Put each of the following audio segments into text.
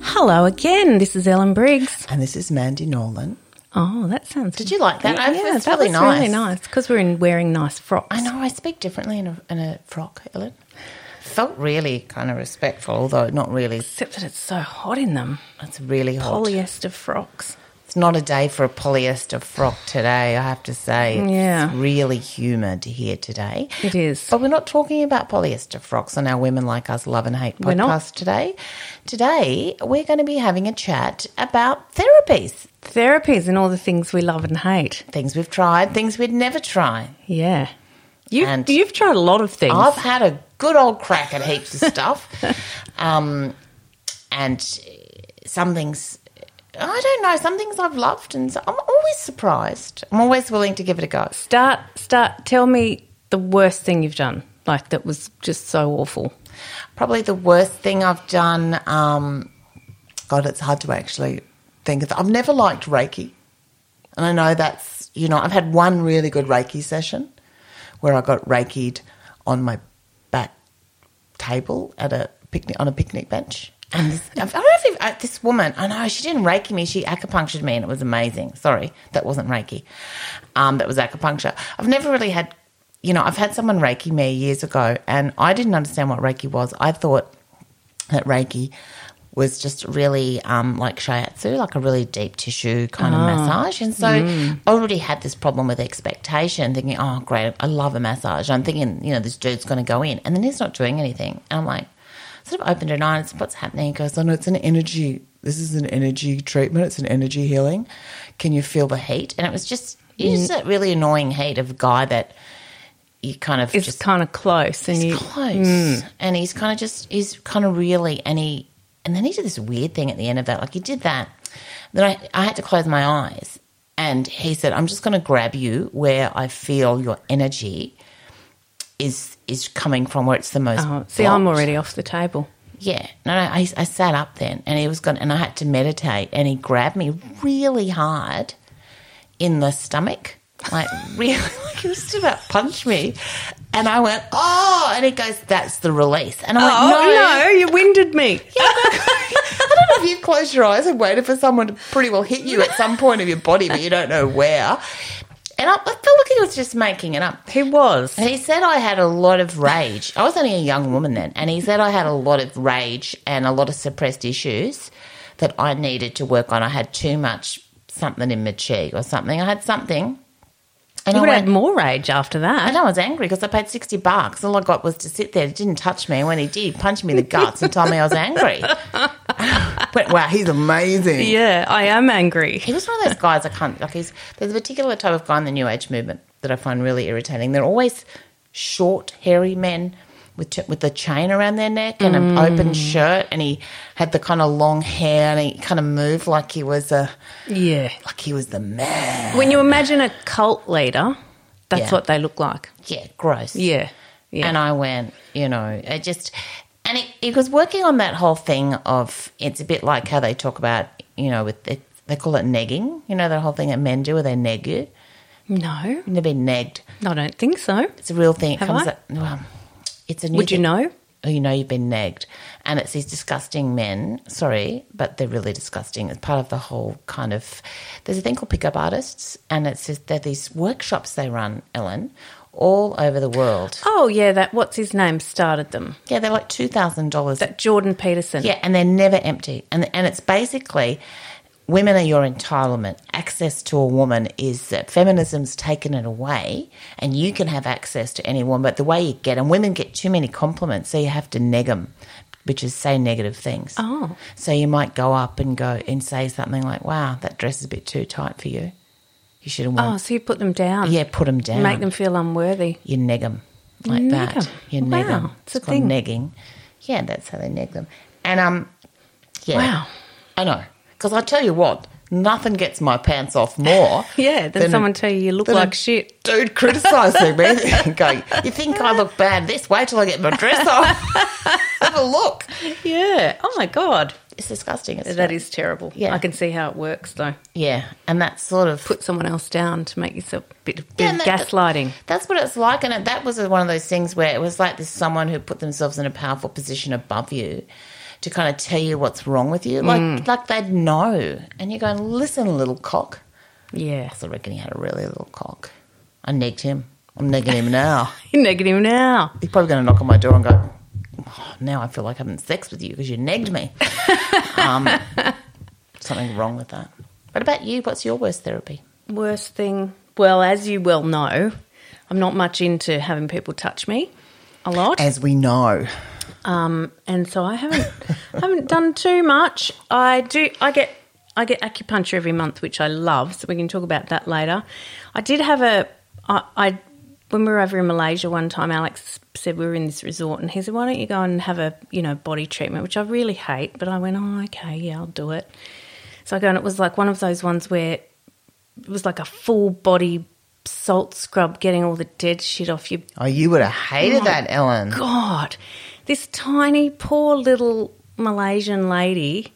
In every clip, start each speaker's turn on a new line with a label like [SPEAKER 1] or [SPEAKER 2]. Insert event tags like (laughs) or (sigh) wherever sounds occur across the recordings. [SPEAKER 1] Hello again. This is Ellen Briggs.
[SPEAKER 2] And this is Mandy Nolan.
[SPEAKER 1] Oh, that sounds.
[SPEAKER 2] Did you like that? I-
[SPEAKER 1] yeah,
[SPEAKER 2] that's
[SPEAKER 1] that
[SPEAKER 2] really
[SPEAKER 1] was really
[SPEAKER 2] nice.
[SPEAKER 1] nice because we're in wearing nice frocks.
[SPEAKER 2] I know I speak differently in a, in a frock, Ellen. Felt really kind of respectful, although not really.
[SPEAKER 1] Except that it's so hot in them.
[SPEAKER 2] It's really hot.
[SPEAKER 1] Polyester frocks.
[SPEAKER 2] It's not a day for a polyester frock today, I have to say. It's
[SPEAKER 1] Yeah.
[SPEAKER 2] really humid here today.
[SPEAKER 1] It is.
[SPEAKER 2] But we're not talking about polyester frocks on our Women Like Us Love and Hate
[SPEAKER 1] We're not.
[SPEAKER 2] podcast today. Today, we're going to be having a chat about therapies
[SPEAKER 1] Therapies and all the things we love and hate.
[SPEAKER 2] things we've tried, things we'd never try.
[SPEAKER 1] Yeah. You've,
[SPEAKER 2] And-
[SPEAKER 1] you've tried a lot of things.
[SPEAKER 2] I've had a good old crack at heaps of stuff. um, and some things, I don't know, some things I've loved, and so I'm always surprised. I'm always willing to give it a go.
[SPEAKER 1] Start, start, tell me the worst thing you've done. Like that was just so awful.
[SPEAKER 2] Probably the worst thing I've done, um, God, it's hard to actually think of. I've never liked Reiki. And I know that's, you know, I've had one really good Reiki session where I got Reiki'd on my back table at a picnic on a picnic bench. And this, I don't know if you've- uh, this woman, I know she didn't Reiki me, she acupunctured me and it was amazing. Sorry, that wasn't Reiki. Um, that was acupuncture. I've never really had, you know, I've had someone Reiki me years ago and I didn't understand what Reiki was. I thought that Reiki was just really um, like shiatsu, like a really deep tissue kind of massage. And so I already had this problem with expectation, thinking, oh, great, I love a massage. I'm thinking, you know, this dude's going to go in and then he's not doing anything. And I'm like, sort of opened an eye and said, what's happening? He goes, oh, no, it's an energy. This is an energy treatment. It's an energy healing. Can you feel the heat? And it was just, it was just that really annoying heat of a guy that you kind of
[SPEAKER 1] It's
[SPEAKER 2] just
[SPEAKER 1] kind of close, and you Mm.
[SPEAKER 2] He's close,
[SPEAKER 1] Hmm.
[SPEAKER 2] and he's kind of just he's kind of really and he and then he did this weird thing at the end of that. Like he did that, then I I had to close my eyes, and he said, "I'm just going to grab you where I feel your energy is is coming from, where it's the most."
[SPEAKER 1] Oh, see, I'm
[SPEAKER 2] blocked."
[SPEAKER 1] already off the table.
[SPEAKER 2] Yeah, no, no. I, I sat up then, and he was gone, and I had to meditate, and he grabbed me really hard in the stomach, like (laughs) really, like he was just about to punch me, and I went, oh, and he goes, that's the release, and I went,
[SPEAKER 1] Oh,
[SPEAKER 2] no,
[SPEAKER 1] you winded me.
[SPEAKER 2] I don't know if you've closed your eyes and waited for someone to pretty well hit you at some point of your body, but you don't know where, and I, I felt like he was just making it up.
[SPEAKER 1] He was.
[SPEAKER 2] And he said I had a lot of rage. I was only a young woman then, and he said I had a lot of rage and a lot of suppressed issues that I needed to work on. I had too much something in my cheek or something. I had something, and
[SPEAKER 1] You
[SPEAKER 2] I
[SPEAKER 1] would have
[SPEAKER 2] went.
[SPEAKER 1] had more rage after that.
[SPEAKER 2] And I was angry because I paid 60 bucks. All I got was to sit there. It didn't touch me. And when he did, he punched me in the guts and told me I was angry. But wow, he's amazing.
[SPEAKER 1] Yeah, I am angry.
[SPEAKER 2] He was one of those guys I can't like. He's there's a particular type of guy in the New Age movement that I find really irritating. They're always short, hairy men with ch- with a chain around their neck and an
[SPEAKER 1] Mm.
[SPEAKER 2] open shirt, and he had the kind of long hair and he kind of moved like he was a
[SPEAKER 1] Yeah.
[SPEAKER 2] like he was the man.
[SPEAKER 1] When you imagine a cult leader, that's
[SPEAKER 2] Yeah.
[SPEAKER 1] what they look like.
[SPEAKER 2] Yeah, gross.
[SPEAKER 1] Yeah. Yeah.
[SPEAKER 2] And I went, you know, I just, and it, it was working on that whole thing of it's a bit like how they talk about, you know, with the, they call it negging, you know, that whole thing that men do where they neg you.
[SPEAKER 1] no,
[SPEAKER 2] You've never been negged.
[SPEAKER 1] I don't think so.
[SPEAKER 2] It's a real thing. It
[SPEAKER 1] Have
[SPEAKER 2] comes
[SPEAKER 1] I?
[SPEAKER 2] up. Well, it's a new
[SPEAKER 1] Would you
[SPEAKER 2] thing.
[SPEAKER 1] know?
[SPEAKER 2] Oh, you know you've been nagged. And it's these disgusting men. Sorry, but they're really disgusting. It's part of the whole kind of. There's a thing called pickup artists, and it's just, they're these workshops they run, Ellen, all over the world.
[SPEAKER 1] Oh, yeah, that what's his name started them.
[SPEAKER 2] Yeah, they're like two thousand dollars.
[SPEAKER 1] That Jordan Peterson.
[SPEAKER 2] Yeah, and they're never empty. And and it's basically women are your entitlement. Access to a woman is that feminism's taken it away and you can have access to anyone, but the way you get and women get too many compliments, so you have to neg them, which is say negative things.
[SPEAKER 1] Oh.
[SPEAKER 2] So you might go up and go and say something like, "Wow, that dress is a bit too tight for you. You shouldn't
[SPEAKER 1] Oh,
[SPEAKER 2] want."
[SPEAKER 1] so you put them down.
[SPEAKER 2] yeah, put them down
[SPEAKER 1] Make them feel unworthy.
[SPEAKER 2] you neg them like
[SPEAKER 1] Neg
[SPEAKER 2] that.
[SPEAKER 1] 'em.
[SPEAKER 2] You neg
[SPEAKER 1] Wow,
[SPEAKER 2] 'em.
[SPEAKER 1] it's a
[SPEAKER 2] called
[SPEAKER 1] thing.
[SPEAKER 2] negging. Yeah, that's how they neg them. And um, yeah.
[SPEAKER 1] Wow.
[SPEAKER 2] I know because I tell you what, nothing gets my pants off more.
[SPEAKER 1] (laughs) Yeah, then,
[SPEAKER 2] Then-
[SPEAKER 1] someone tell you you look
[SPEAKER 2] then
[SPEAKER 1] like
[SPEAKER 2] a
[SPEAKER 1] shit.
[SPEAKER 2] Dude criticising me, (laughs) going, "You think I look bad? This wait till I get
[SPEAKER 1] (laughs)
[SPEAKER 2] my dress off. Have a look.
[SPEAKER 1] Yeah. Oh my god.
[SPEAKER 2] It's disgusting. It's
[SPEAKER 1] That is terrible.
[SPEAKER 2] Yeah.
[SPEAKER 1] I can see how it works though.
[SPEAKER 2] yeah, and that's sort of
[SPEAKER 1] Put someone else down to make yourself a bit, bit
[SPEAKER 2] Yeah,
[SPEAKER 1] of
[SPEAKER 2] and that-
[SPEAKER 1] gaslighting.
[SPEAKER 2] That's what it's like, and it- that was one of those things where it was like this someone who put themselves in a powerful position above you to kind of tell you what's wrong with you. Like, like they'd know. And you're going, listen, little cock.
[SPEAKER 1] Yeah.
[SPEAKER 2] I reckon he had a really little cock. I negged him. I'm negging him now.
[SPEAKER 1] Negative now.
[SPEAKER 2] He's probably going to knock on my door and go, "Oh, now I feel like having sex with you because you negged me. um, something wrong with that. What about you? What's your worst therapy?
[SPEAKER 1] Worst thing. Well, as you well know, I'm not much into having people touch me a lot.
[SPEAKER 2] As we know,
[SPEAKER 1] um, and so I haven't (laughs) haven't done too much. I do. I get I get acupuncture every month, which I love. So we can talk about that later. I did have a I, I when we were over in Malaysia one time, Alex said we were in this resort, and he said, "Why don't you go and have a you know body treatment?" Which I really hate, but I went, "Oh, okay, yeah, I'll do it." So I go, and it was like one of those ones where it was like a full body salt scrub, getting all the dead shit off your
[SPEAKER 2] oh, you would have hated
[SPEAKER 1] Oh my
[SPEAKER 2] that, Ellen.
[SPEAKER 1] God, this tiny, poor little Malaysian lady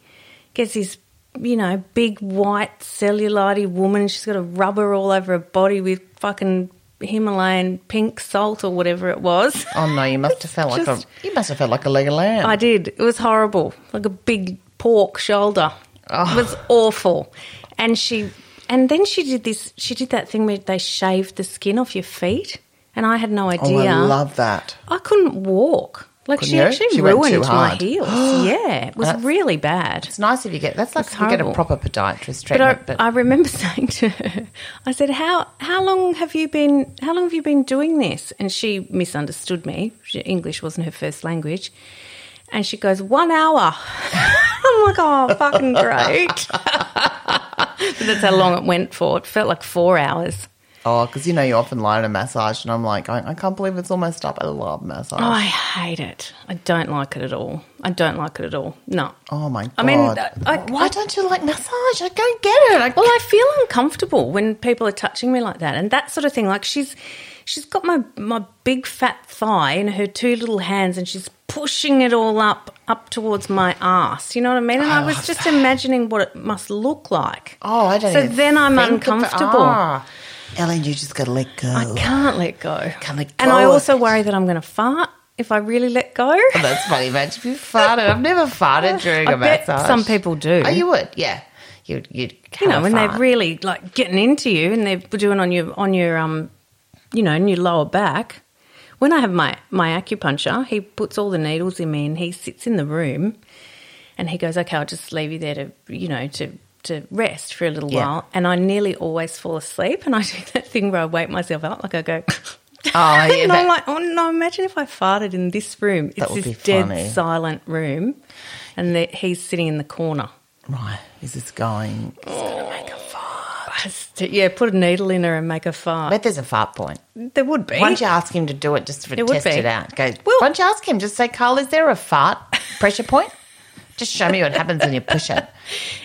[SPEAKER 1] gets this, you know, big white cellulite woman. She's got a rubber all over her body with fucking Himalayan pink salt or whatever it was.
[SPEAKER 2] Oh no, you must have felt like
[SPEAKER 1] Just-
[SPEAKER 2] a you must have felt like a leg of lamb.
[SPEAKER 1] I did. It was horrible, like a big pork shoulder.
[SPEAKER 2] Oh.
[SPEAKER 1] It was awful. And she, and then she did this. She did that thing where they shaved the skin off your feet, and I had no idea.
[SPEAKER 2] oh, I love that.
[SPEAKER 1] I couldn't walk. Like
[SPEAKER 2] Couldn't
[SPEAKER 1] she
[SPEAKER 2] you?
[SPEAKER 1] actually
[SPEAKER 2] She went
[SPEAKER 1] ruined
[SPEAKER 2] too
[SPEAKER 1] my
[SPEAKER 2] hard. (gasps)
[SPEAKER 1] heels. yeah, it was
[SPEAKER 2] That's-
[SPEAKER 1] really bad.
[SPEAKER 2] It's nice if you get that's like
[SPEAKER 1] It's
[SPEAKER 2] if you get a
[SPEAKER 1] horrible.
[SPEAKER 2] proper podiatrist
[SPEAKER 1] But I,
[SPEAKER 2] treatment. But,
[SPEAKER 1] I remember (laughs) saying to her, I said, "How how long have you been? How long have you been doing this?" And she misunderstood me. She, English wasn't her first language, and she goes, "One hour." (laughs) I'm like, "Oh, fucking
[SPEAKER 2] (laughs)
[SPEAKER 1] great!" but that's how long it went for. It felt like four hours.
[SPEAKER 2] oh, because you know you often lie in a massage, and I'm like, I, I can't believe it's almost up. I love massage.
[SPEAKER 1] Oh,
[SPEAKER 2] Oh,
[SPEAKER 1] I hate it. I don't like it at all. I don't like it at all. No.
[SPEAKER 2] Oh, my god!
[SPEAKER 1] I mean, I- I-
[SPEAKER 2] why don't you like massage? I go get it. I
[SPEAKER 1] Well, I feel uncomfortable when people are touching me like that, and that sort of thing. Like she's, she's got my my big fat thigh in her two little hands, and she's pushing it all up up towards my ass. You know what I mean? And I, was just imagining what it must look like.
[SPEAKER 2] Oh, I don't.
[SPEAKER 1] So
[SPEAKER 2] even
[SPEAKER 1] then I'm
[SPEAKER 2] think of-
[SPEAKER 1] uncomfortable.
[SPEAKER 2] Ah. Ellen, you just got to let go.
[SPEAKER 1] I can't let go.
[SPEAKER 2] Can't let
[SPEAKER 1] And
[SPEAKER 2] go
[SPEAKER 1] I
[SPEAKER 2] of
[SPEAKER 1] also
[SPEAKER 2] it.
[SPEAKER 1] worry that I'm going to fart if I really let
[SPEAKER 2] (laughs)
[SPEAKER 1] go.
[SPEAKER 2] That's funny, imagine if you farted. I've never farted during a
[SPEAKER 1] I bet
[SPEAKER 2] massage.
[SPEAKER 1] some people do.
[SPEAKER 2] Oh, you would, yeah. You'd, you'd
[SPEAKER 1] you know, when
[SPEAKER 2] and
[SPEAKER 1] they're really like getting into you and they're doing on your on your um, you know, in your lower back. When I have my my acupuncture, he puts all the needles in me and he sits in the room, and he goes, "Okay, I'll just leave you there to you know to." To rest for a little
[SPEAKER 2] Yeah.
[SPEAKER 1] while, and I nearly always fall asleep. And I (laughs) do that thing where I wake myself up, like I go,
[SPEAKER 2] Oh,
[SPEAKER 1] (laughs)
[SPEAKER 2] yeah,
[SPEAKER 1] and
[SPEAKER 2] that-
[SPEAKER 1] I'm like, oh no! Imagine if I farted in this room. It's
[SPEAKER 2] would be
[SPEAKER 1] this dead,
[SPEAKER 2] funny.
[SPEAKER 1] silent room, and that he's sitting in the corner.
[SPEAKER 2] Right, is this going?
[SPEAKER 1] Just to- yeah, put a needle in her and make her
[SPEAKER 2] I
[SPEAKER 1] fart.
[SPEAKER 2] bet there's a fart point.
[SPEAKER 1] there would be.
[SPEAKER 2] Why don't you ask him to do it just to
[SPEAKER 1] It would
[SPEAKER 2] test
[SPEAKER 1] be.
[SPEAKER 2] it out? Go,
[SPEAKER 1] Well-
[SPEAKER 2] why don't you ask him? Just say, Carl, is there a fart pressure point? Just show me what happens when you push it.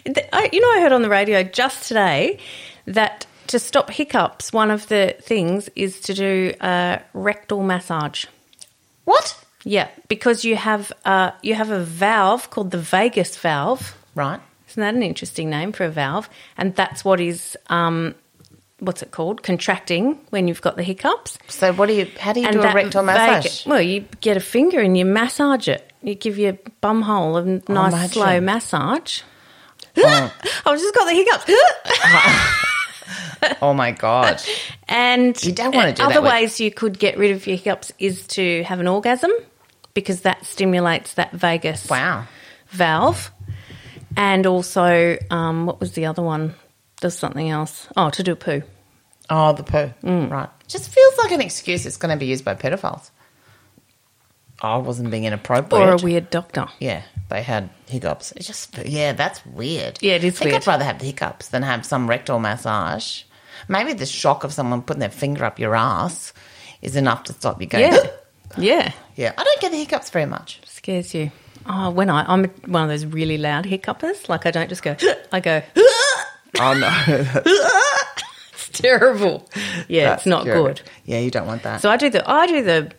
[SPEAKER 1] Th- I- you know, I heard on the radio just today that to stop hiccups, one of the things is to do a rectal massage.
[SPEAKER 2] What?
[SPEAKER 1] Yeah, because you have uh, you have a valve called the vagus valve.
[SPEAKER 2] Right.
[SPEAKER 1] Isn't that an interesting name for a valve? And that's what is um, what's it called? Contracting when you've got the hiccups.
[SPEAKER 2] So what do you? How do you do a
[SPEAKER 1] that
[SPEAKER 2] rectal
[SPEAKER 1] vagus-
[SPEAKER 2] massage?
[SPEAKER 1] well, you get a finger and you massage it. You give your bum hole a nice
[SPEAKER 2] Oh, imagine.
[SPEAKER 1] slow
[SPEAKER 2] (laughs)
[SPEAKER 1] massage. I've just got the hiccups.
[SPEAKER 2] Oh my god!
[SPEAKER 1] and
[SPEAKER 2] You don't wanna do
[SPEAKER 1] other
[SPEAKER 2] that with-
[SPEAKER 1] ways you could get rid of your hiccups is to have an orgasm because that stimulates that vagus
[SPEAKER 2] Wow.
[SPEAKER 1] valve. And also, um, what was the other one? There's something else. Oh, to do a poo.
[SPEAKER 2] Oh, the poo.
[SPEAKER 1] Mm.
[SPEAKER 2] Right. Just feels like an excuse that's going to be used by pedophiles. I wasn't being inappropriate.
[SPEAKER 1] Or a weird doctor.
[SPEAKER 2] yeah, they had hiccups. It's just, yeah, that's weird.
[SPEAKER 1] Yeah, it is
[SPEAKER 2] I think
[SPEAKER 1] weird.
[SPEAKER 2] I'd rather have the hiccups than have some rectal massage. Maybe the shock of someone putting their finger up your ass is enough to stop you going.
[SPEAKER 1] Yeah. yeah.
[SPEAKER 2] yeah. I don't get the hiccups very much.
[SPEAKER 1] Scares you. Oh, when I, I'm one of those really loud hiccupers. Like, I don't just go, (gasps) I go,
[SPEAKER 2] Oh
[SPEAKER 1] (laughs)
[SPEAKER 2] no,
[SPEAKER 1] it's terrible. Yeah, it's not good.
[SPEAKER 2] Yeah, you don't want that.
[SPEAKER 1] So I do the, I do the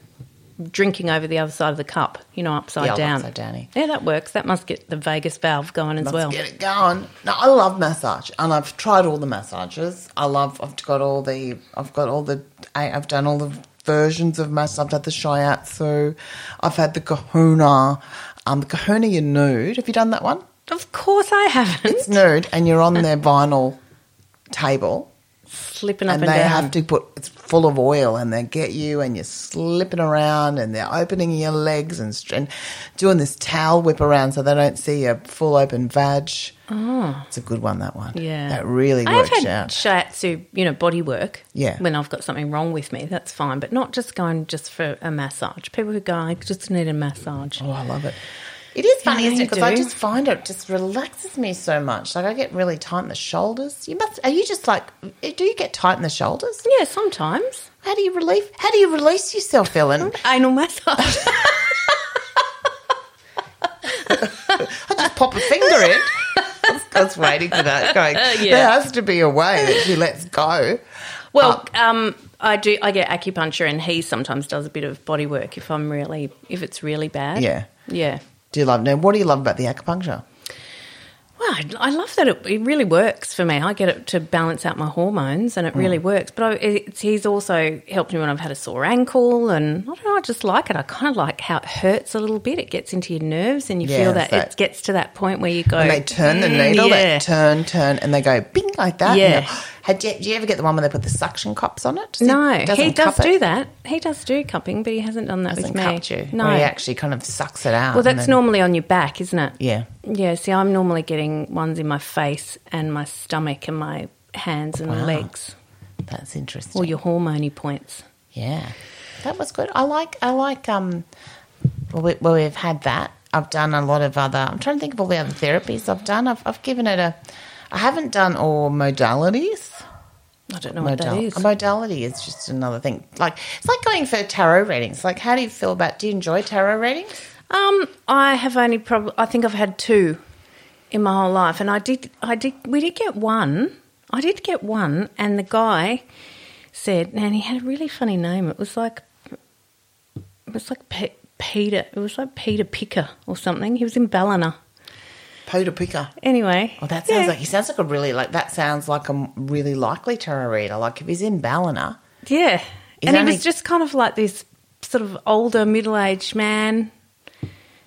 [SPEAKER 1] drinking over the other side of the cup, you know, upside
[SPEAKER 2] Yeah,
[SPEAKER 1] down.
[SPEAKER 2] upside downy.
[SPEAKER 1] Yeah, that works. That must get the vagus valve going as
[SPEAKER 2] Let's
[SPEAKER 1] well.
[SPEAKER 2] get it going. No, I love massage, and I've tried all the massages. I love. I've got all the. I've got all the. I, I've done all the versions of massage. I've done the shiatsu. I've had the Kahuna. um, Kahuna Nude. Have you done that one?
[SPEAKER 1] Of course I haven't.
[SPEAKER 2] (laughs) It's nude, and you're on their vinyl table,
[SPEAKER 1] Slipping up
[SPEAKER 2] and
[SPEAKER 1] and,
[SPEAKER 2] they
[SPEAKER 1] down.
[SPEAKER 2] have to put it's full of oil, and they get you, and you're slipping around, and they're opening your legs and, str- and doing this towel whip around so they don't see a full open vag. Oh. It's a good one, that one.
[SPEAKER 1] yeah.
[SPEAKER 2] That really
[SPEAKER 1] I've
[SPEAKER 2] works
[SPEAKER 1] had
[SPEAKER 2] out.
[SPEAKER 1] shiatsu, you know, body work.
[SPEAKER 2] Yeah.
[SPEAKER 1] When I've got something wrong with me, that's fine. But not just going just for a massage. People who go, I just need a massage.
[SPEAKER 2] Oh, I love it. It is funny,
[SPEAKER 1] Yeah,
[SPEAKER 2] isn't it?
[SPEAKER 1] you
[SPEAKER 2] Because I
[SPEAKER 1] do.
[SPEAKER 2] just find it just relaxes me so much. Like I get really tight in the shoulders. You must. Are you just like? Do you get tight in the shoulders?
[SPEAKER 1] Yeah, sometimes.
[SPEAKER 2] How do you relieve? How do you release yourself, Ellen?
[SPEAKER 1] Anal
[SPEAKER 2] (laughs)
[SPEAKER 1] massage.
[SPEAKER 2] I just pop a finger in. I was- I was waiting for that. Going,
[SPEAKER 1] Uh, Yeah.
[SPEAKER 2] there has to be a way that she lets go.
[SPEAKER 1] Well, um, I do. I get acupuncture, and he sometimes does a bit of body work if I'm really, if it's really bad.
[SPEAKER 2] Yeah.
[SPEAKER 1] yeah.
[SPEAKER 2] Do you love? Now, what do you love about the acupuncture?
[SPEAKER 1] Well, I, I love that it, it really works for me. I get it to balance out my hormones, and it
[SPEAKER 2] Mm.
[SPEAKER 1] really works. But I, it's, he's also helped me when I've had a sore ankle, and I don't know. I just like it. I kind of like how it hurts a little bit. It gets into your nerves, and you
[SPEAKER 2] Yes,
[SPEAKER 1] feel that,
[SPEAKER 2] that-
[SPEAKER 1] it gets to that point where you go.
[SPEAKER 2] And they turn the
[SPEAKER 1] "Mm,
[SPEAKER 2] needle,
[SPEAKER 1] yeah."
[SPEAKER 2] they turn, turn, and they go bing like that.
[SPEAKER 1] Yeah.
[SPEAKER 2] And they- had you, do you ever get the one where they put the suction cups on it? So it
[SPEAKER 1] no, he
[SPEAKER 2] doesn't
[SPEAKER 1] does
[SPEAKER 2] cup it?
[SPEAKER 1] do that. He does do cupping, but he hasn't done that
[SPEAKER 2] doesn't
[SPEAKER 1] with me.
[SPEAKER 2] cut you.
[SPEAKER 1] No,
[SPEAKER 2] Or he actually kind of sucks it out.
[SPEAKER 1] well,
[SPEAKER 2] and
[SPEAKER 1] that's
[SPEAKER 2] then-
[SPEAKER 1] normally on your back, isn't it?
[SPEAKER 2] Yeah.
[SPEAKER 1] Yeah, see, I'm normally getting ones in my face and my stomach and my hands and
[SPEAKER 2] Wow.
[SPEAKER 1] legs,
[SPEAKER 2] That's interesting.
[SPEAKER 1] all your hormony points.
[SPEAKER 2] yeah. That was good. I like, I like, um, well, we, well, we've had that. I've done a lot of other, I'm trying to think of all the other therapies I've done. I've, I've given it a, I haven't done all modalities.
[SPEAKER 1] I don't know what that
[SPEAKER 2] Modal-
[SPEAKER 1] is.
[SPEAKER 2] a modality is just another thing. Like, it's like going for tarot readings. Like, how do you feel about, do you enjoy tarot readings?
[SPEAKER 1] Um, I have only probably, I think I've had two in my whole life, and I did, I did, we did get one. I did get one, and the guy said, and he had a really funny name. It was like, it was like Pe- Peter. It was like Peter Picker or something. He was in Ballina.
[SPEAKER 2] Poda picker.
[SPEAKER 1] Anyway,
[SPEAKER 2] Well, Oh, that sounds
[SPEAKER 1] Yeah.
[SPEAKER 2] like, he sounds like a really, like, that sounds like a really likely tarot reader. Like, if he's in Ballina,
[SPEAKER 1] Yeah.
[SPEAKER 2] Is
[SPEAKER 1] and he
[SPEAKER 2] only-
[SPEAKER 1] was just kind of like this sort of older, middle aged man.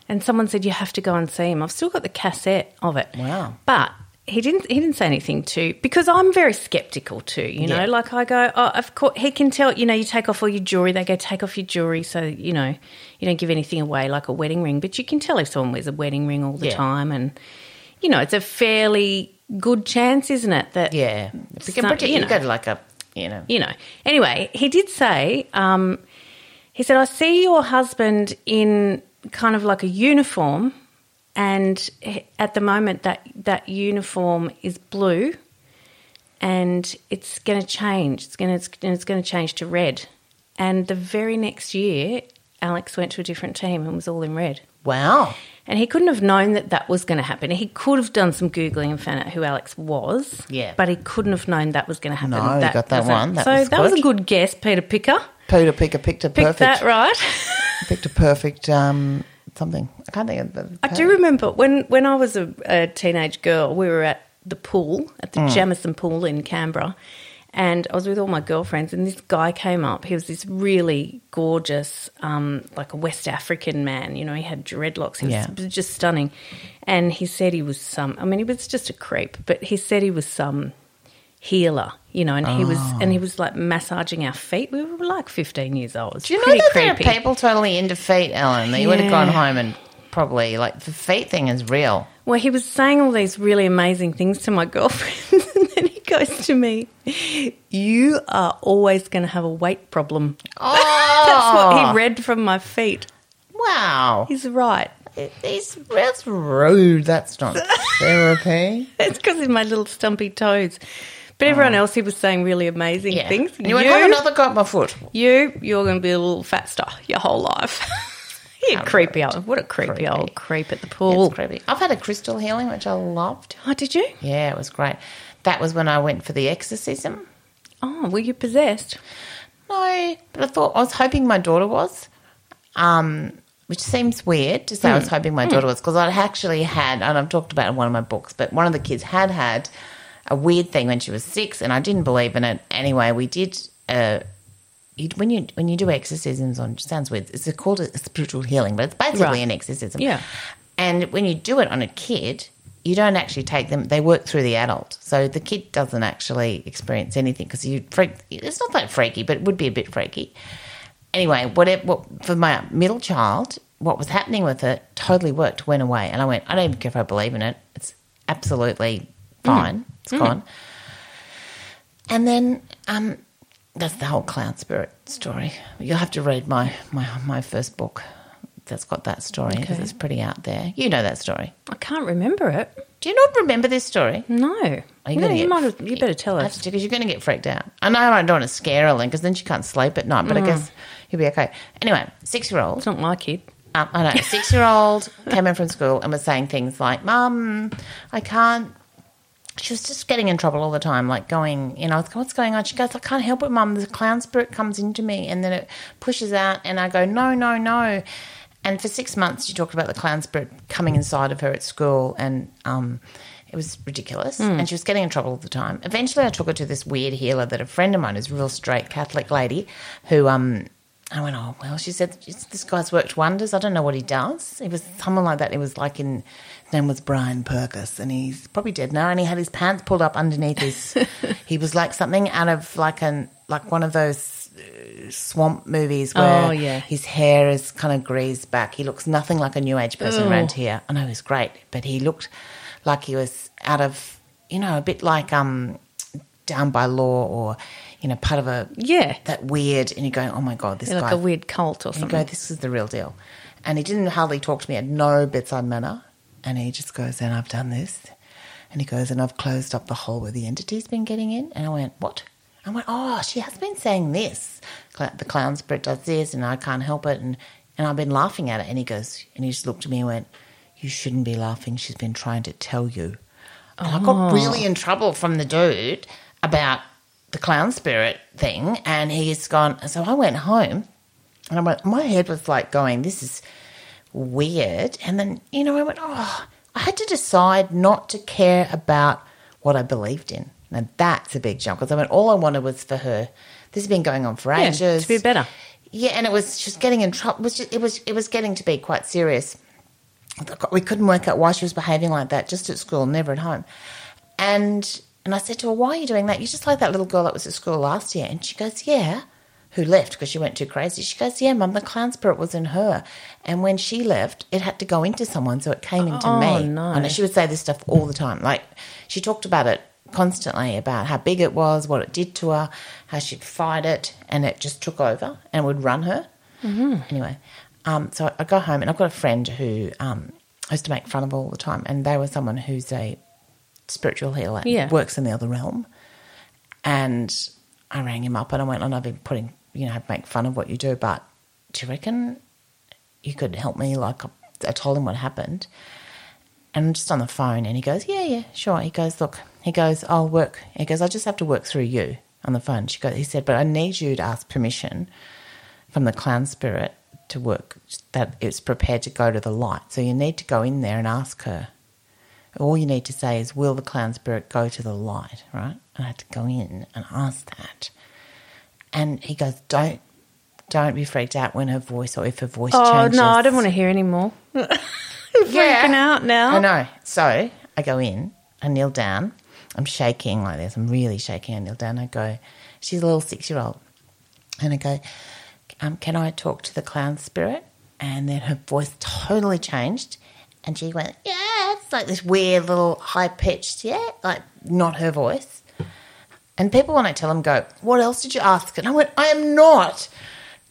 [SPEAKER 1] And someone said, You have to go and see him. I've still got the cassette of it.
[SPEAKER 2] Wow.
[SPEAKER 1] But he didn't he didn't say anything to because I'm very skeptical too, you know.
[SPEAKER 2] Yeah.
[SPEAKER 1] Like I go, Oh, of course he can tell, you know, you take off all your jewelry, they go, take off your jewelry so you know, you don't give anything away like a wedding ring. But you can tell if someone wears a wedding ring all the
[SPEAKER 2] Yeah.
[SPEAKER 1] time and you know, it's a fairly good chance, isn't it? That
[SPEAKER 2] Yeah. If you can
[SPEAKER 1] So-
[SPEAKER 2] predict,
[SPEAKER 1] you
[SPEAKER 2] you,
[SPEAKER 1] know.
[SPEAKER 2] go to like a, you know.
[SPEAKER 1] you know. Anyway, he did say, um, he said, I see your husband in kind of like a uniform, and h- at the moment that that uniform is blue, and it's going to change. It's going to it's going to change to red, and the very next year, Alex went to a different team and was all in red.
[SPEAKER 2] Wow.
[SPEAKER 1] And he couldn't have known that that was going to happen. He could have done some googling and found out who Alex was.
[SPEAKER 2] Yeah.
[SPEAKER 1] but he couldn't have known that was going to happen.
[SPEAKER 2] No, he got that
[SPEAKER 1] wasn't-
[SPEAKER 2] one. That
[SPEAKER 1] so
[SPEAKER 2] was
[SPEAKER 1] that was a
[SPEAKER 2] good.
[SPEAKER 1] good guess, Peter Picker.
[SPEAKER 2] Peter Picker picked a
[SPEAKER 1] Picked
[SPEAKER 2] perfect,
[SPEAKER 1] that right.
[SPEAKER 2] (laughs) picked a perfect um, something. I can't think of the.
[SPEAKER 1] I do remember when when I was a, a teenage girl, we were at the pool at
[SPEAKER 2] Mm.
[SPEAKER 1] the Jamison Pool in Canberra, and I was with all my girlfriends, and this guy came up. He was this really gorgeous, um, like a West African man. You know, he had dreadlocks. He was
[SPEAKER 2] Yeah.
[SPEAKER 1] just stunning, and he said he was some. I mean, he was just a creep, but he said he was some healer. You know, and he was and he
[SPEAKER 2] Ah.
[SPEAKER 1] was like massaging our feet. We were like fifteen years old.
[SPEAKER 2] Do you know
[SPEAKER 1] Pretty
[SPEAKER 2] that
[SPEAKER 1] creepy.
[SPEAKER 2] there are people totally into feet, Ellen? That you would have
[SPEAKER 1] Yeah.
[SPEAKER 2] gone home and probably like the feet thing is real.
[SPEAKER 1] Well, he was saying all these really amazing things to my (laughs) girlfriend, and then he goes to me, You are always going to have a weight problem. (laughs)
[SPEAKER 2] Oh,
[SPEAKER 1] That's what he read from my feet.
[SPEAKER 2] Wow,
[SPEAKER 1] He's right. (laughs)
[SPEAKER 2] he's that's rude. That's not therapy.
[SPEAKER 1] It's because of my little stumpy toes. But everyone else, he was saying really amazing
[SPEAKER 2] Yeah,
[SPEAKER 1] things.
[SPEAKER 2] And you went, oh, another got my foot.
[SPEAKER 1] you, you're going to be a little fat star your whole life. (laughs) you creepy old. What a creepy,
[SPEAKER 2] Creepy.
[SPEAKER 1] old creep at the
[SPEAKER 2] It's
[SPEAKER 1] pool.
[SPEAKER 2] creepy. I've had a crystal healing, which I loved.
[SPEAKER 1] Oh, did you?
[SPEAKER 2] Yeah, it was great. That was when I went for the exorcism.
[SPEAKER 1] Oh, were you possessed?
[SPEAKER 2] No, but I thought I was hoping my daughter was, um, which seems weird to say I was hoping my daughter was because I actually had, and I've talked about it in one of my books, but one of the kids had had a weird thing when she was six, and I didn't believe in it. Anyway, we did a uh, you, when you when you do exorcisms on sounds weird. It's called a spiritual healing, but it's basically
[SPEAKER 1] Right.
[SPEAKER 2] an exorcism.
[SPEAKER 1] Yeah.
[SPEAKER 2] And when you do it on a kid, you don't actually take them. They work through the adult, so the kid doesn't actually experience anything because you freak. It's not that freaky, but it would be a bit freaky. Anyway, whatever. What, for my middle child, what was happening with it totally worked. Went away, and I went. I don't even care if I believe in it. It's absolutely fine. It's gone. And then um, that's the whole clown spirit story. You'll have to read my my, my first book that's got that story because
[SPEAKER 1] Okay.
[SPEAKER 2] it's pretty out there. You know that story.
[SPEAKER 1] I can't remember it.
[SPEAKER 2] Do you not remember this story?
[SPEAKER 1] No.
[SPEAKER 2] Are you
[SPEAKER 1] no,
[SPEAKER 2] gonna
[SPEAKER 1] you
[SPEAKER 2] get-
[SPEAKER 1] might have, you better tell us.
[SPEAKER 2] Because you're going to get freaked out. I know I don't want to scare Ellen because then she can't sleep at night, but I guess you'll be okay. Anyway, six year old.
[SPEAKER 1] It's not my kid.
[SPEAKER 2] Um, I know, six year old came in from school and was saying things like, Mum, I can't. She was just getting in trouble all the time, like going, you know, I was going, what's going on? She goes, I can't help it, Mum. The clown spirit comes into me and then it pushes out, and I go, no, no, no. And for six months, she talked about the clown spirit coming inside of her at school, and um, it was ridiculous. And she was getting in trouble all the time. Eventually, I took her to this weird healer that a friend of mine is a real straight Catholic lady who um, I went, oh, well, she said, "It's- this guy's worked wonders. I don't know what he does. It was someone like that. It was like in, his name was Brian Purkis, and he's probably dead now. And he had his pants pulled up
[SPEAKER 1] (laughs)
[SPEAKER 2] underneath his, he was like something out of like an, like one of those uh, swamp movies where
[SPEAKER 1] Oh, yeah.
[SPEAKER 2] his hair is kind of greased back. He looks nothing like a new age person
[SPEAKER 1] Ew.
[SPEAKER 2] around here. I know he's great, but he looked like he was out of, you know, a bit like, um, down by law or, you know, part of a,
[SPEAKER 1] Yeah.
[SPEAKER 2] that weird, and you're going, oh my god, this
[SPEAKER 1] They're
[SPEAKER 2] guy.
[SPEAKER 1] like a weird cult or
[SPEAKER 2] and you
[SPEAKER 1] something.
[SPEAKER 2] go, this is the real deal. And he didn't hardly talk to me. He had no bedside manner, and he just goes, and I've done this, and he goes, and I've closed up the hole where the entity's been getting in. And I went, what? I went, oh, she has been saying this. Cla- The clown spirit does this, and I can't help it, and and I've been laughing at it. And he goes, and he just looked at me and went, you shouldn't be laughing. She's been trying to tell you. And I
[SPEAKER 1] Oh.
[SPEAKER 2] got really in trouble from the dude about the clown spirit thing. And he's gone. So I went home and I went, my head was like going, this is weird. And then, you know, I went, oh, I had to decide not to care about what I believed in. Now that's a big jump because I mean, all I wanted was for her. This has been going on for
[SPEAKER 1] Yeah,
[SPEAKER 2] ages.
[SPEAKER 1] to be better.
[SPEAKER 2] Yeah, and it was just getting in trouble. Was just, it was it was getting to be quite serious. We couldn't work out why she was behaving like that, just at school, never at home. And and I said to her, "Why are you doing that? You're just like that little girl that was at school last year." And she goes, "Yeah." Who left because she went too crazy? She goes, "Yeah, mum. The clown spirit was in her, and when she left, it had to go into someone, so it came into
[SPEAKER 1] Oh,
[SPEAKER 2] me."
[SPEAKER 1] no.
[SPEAKER 2] I know she would say this stuff all the time. Like she talked about it constantly about how big it was, what it did to her, how she'd fight it, and it just took over and would run her. Mm-hmm. Anyway, um, so I go home and I've got a friend who um, I used to make fun of all the time, and they were someone who's a spiritual healer,
[SPEAKER 1] Yeah.
[SPEAKER 2] works in the other realm, and I rang him up and I went, "And I've been putting, you know, I make fun of what you do, but do you reckon you could help me?" Like I told him what happened, and I'm just on the phone and he goes, Yeah, yeah, sure. He goes, Look, he goes, I'll work. He goes, I just have to work through you on the phone. She goes, he said, But I need you to ask permission from the clown spirit to work that it's prepared to go to the light. So you need to go in there and ask her. All you need to say is, Will the clown spirit go to the light? Right? And I had to go in and ask that. And he goes, Don't don't be freaked out when her voice or if her voice
[SPEAKER 1] Oh,
[SPEAKER 2] changes.
[SPEAKER 1] no, I don't want to hear any
[SPEAKER 2] (laughs)
[SPEAKER 1] more. (laughs)
[SPEAKER 2] Yeah.
[SPEAKER 1] Freaking out now.
[SPEAKER 2] I know. So I go in, I kneel down, I'm shaking like this, I'm really shaking. I kneel down, I go, she's a little six year old. And I go, um, can I talk to the clown spirit? And then her voice totally changed. And she went, yeah, it's like this weird little high pitched, yeah, like not her voice. And people, when I tell them, go, what else did you ask? And I went, I am not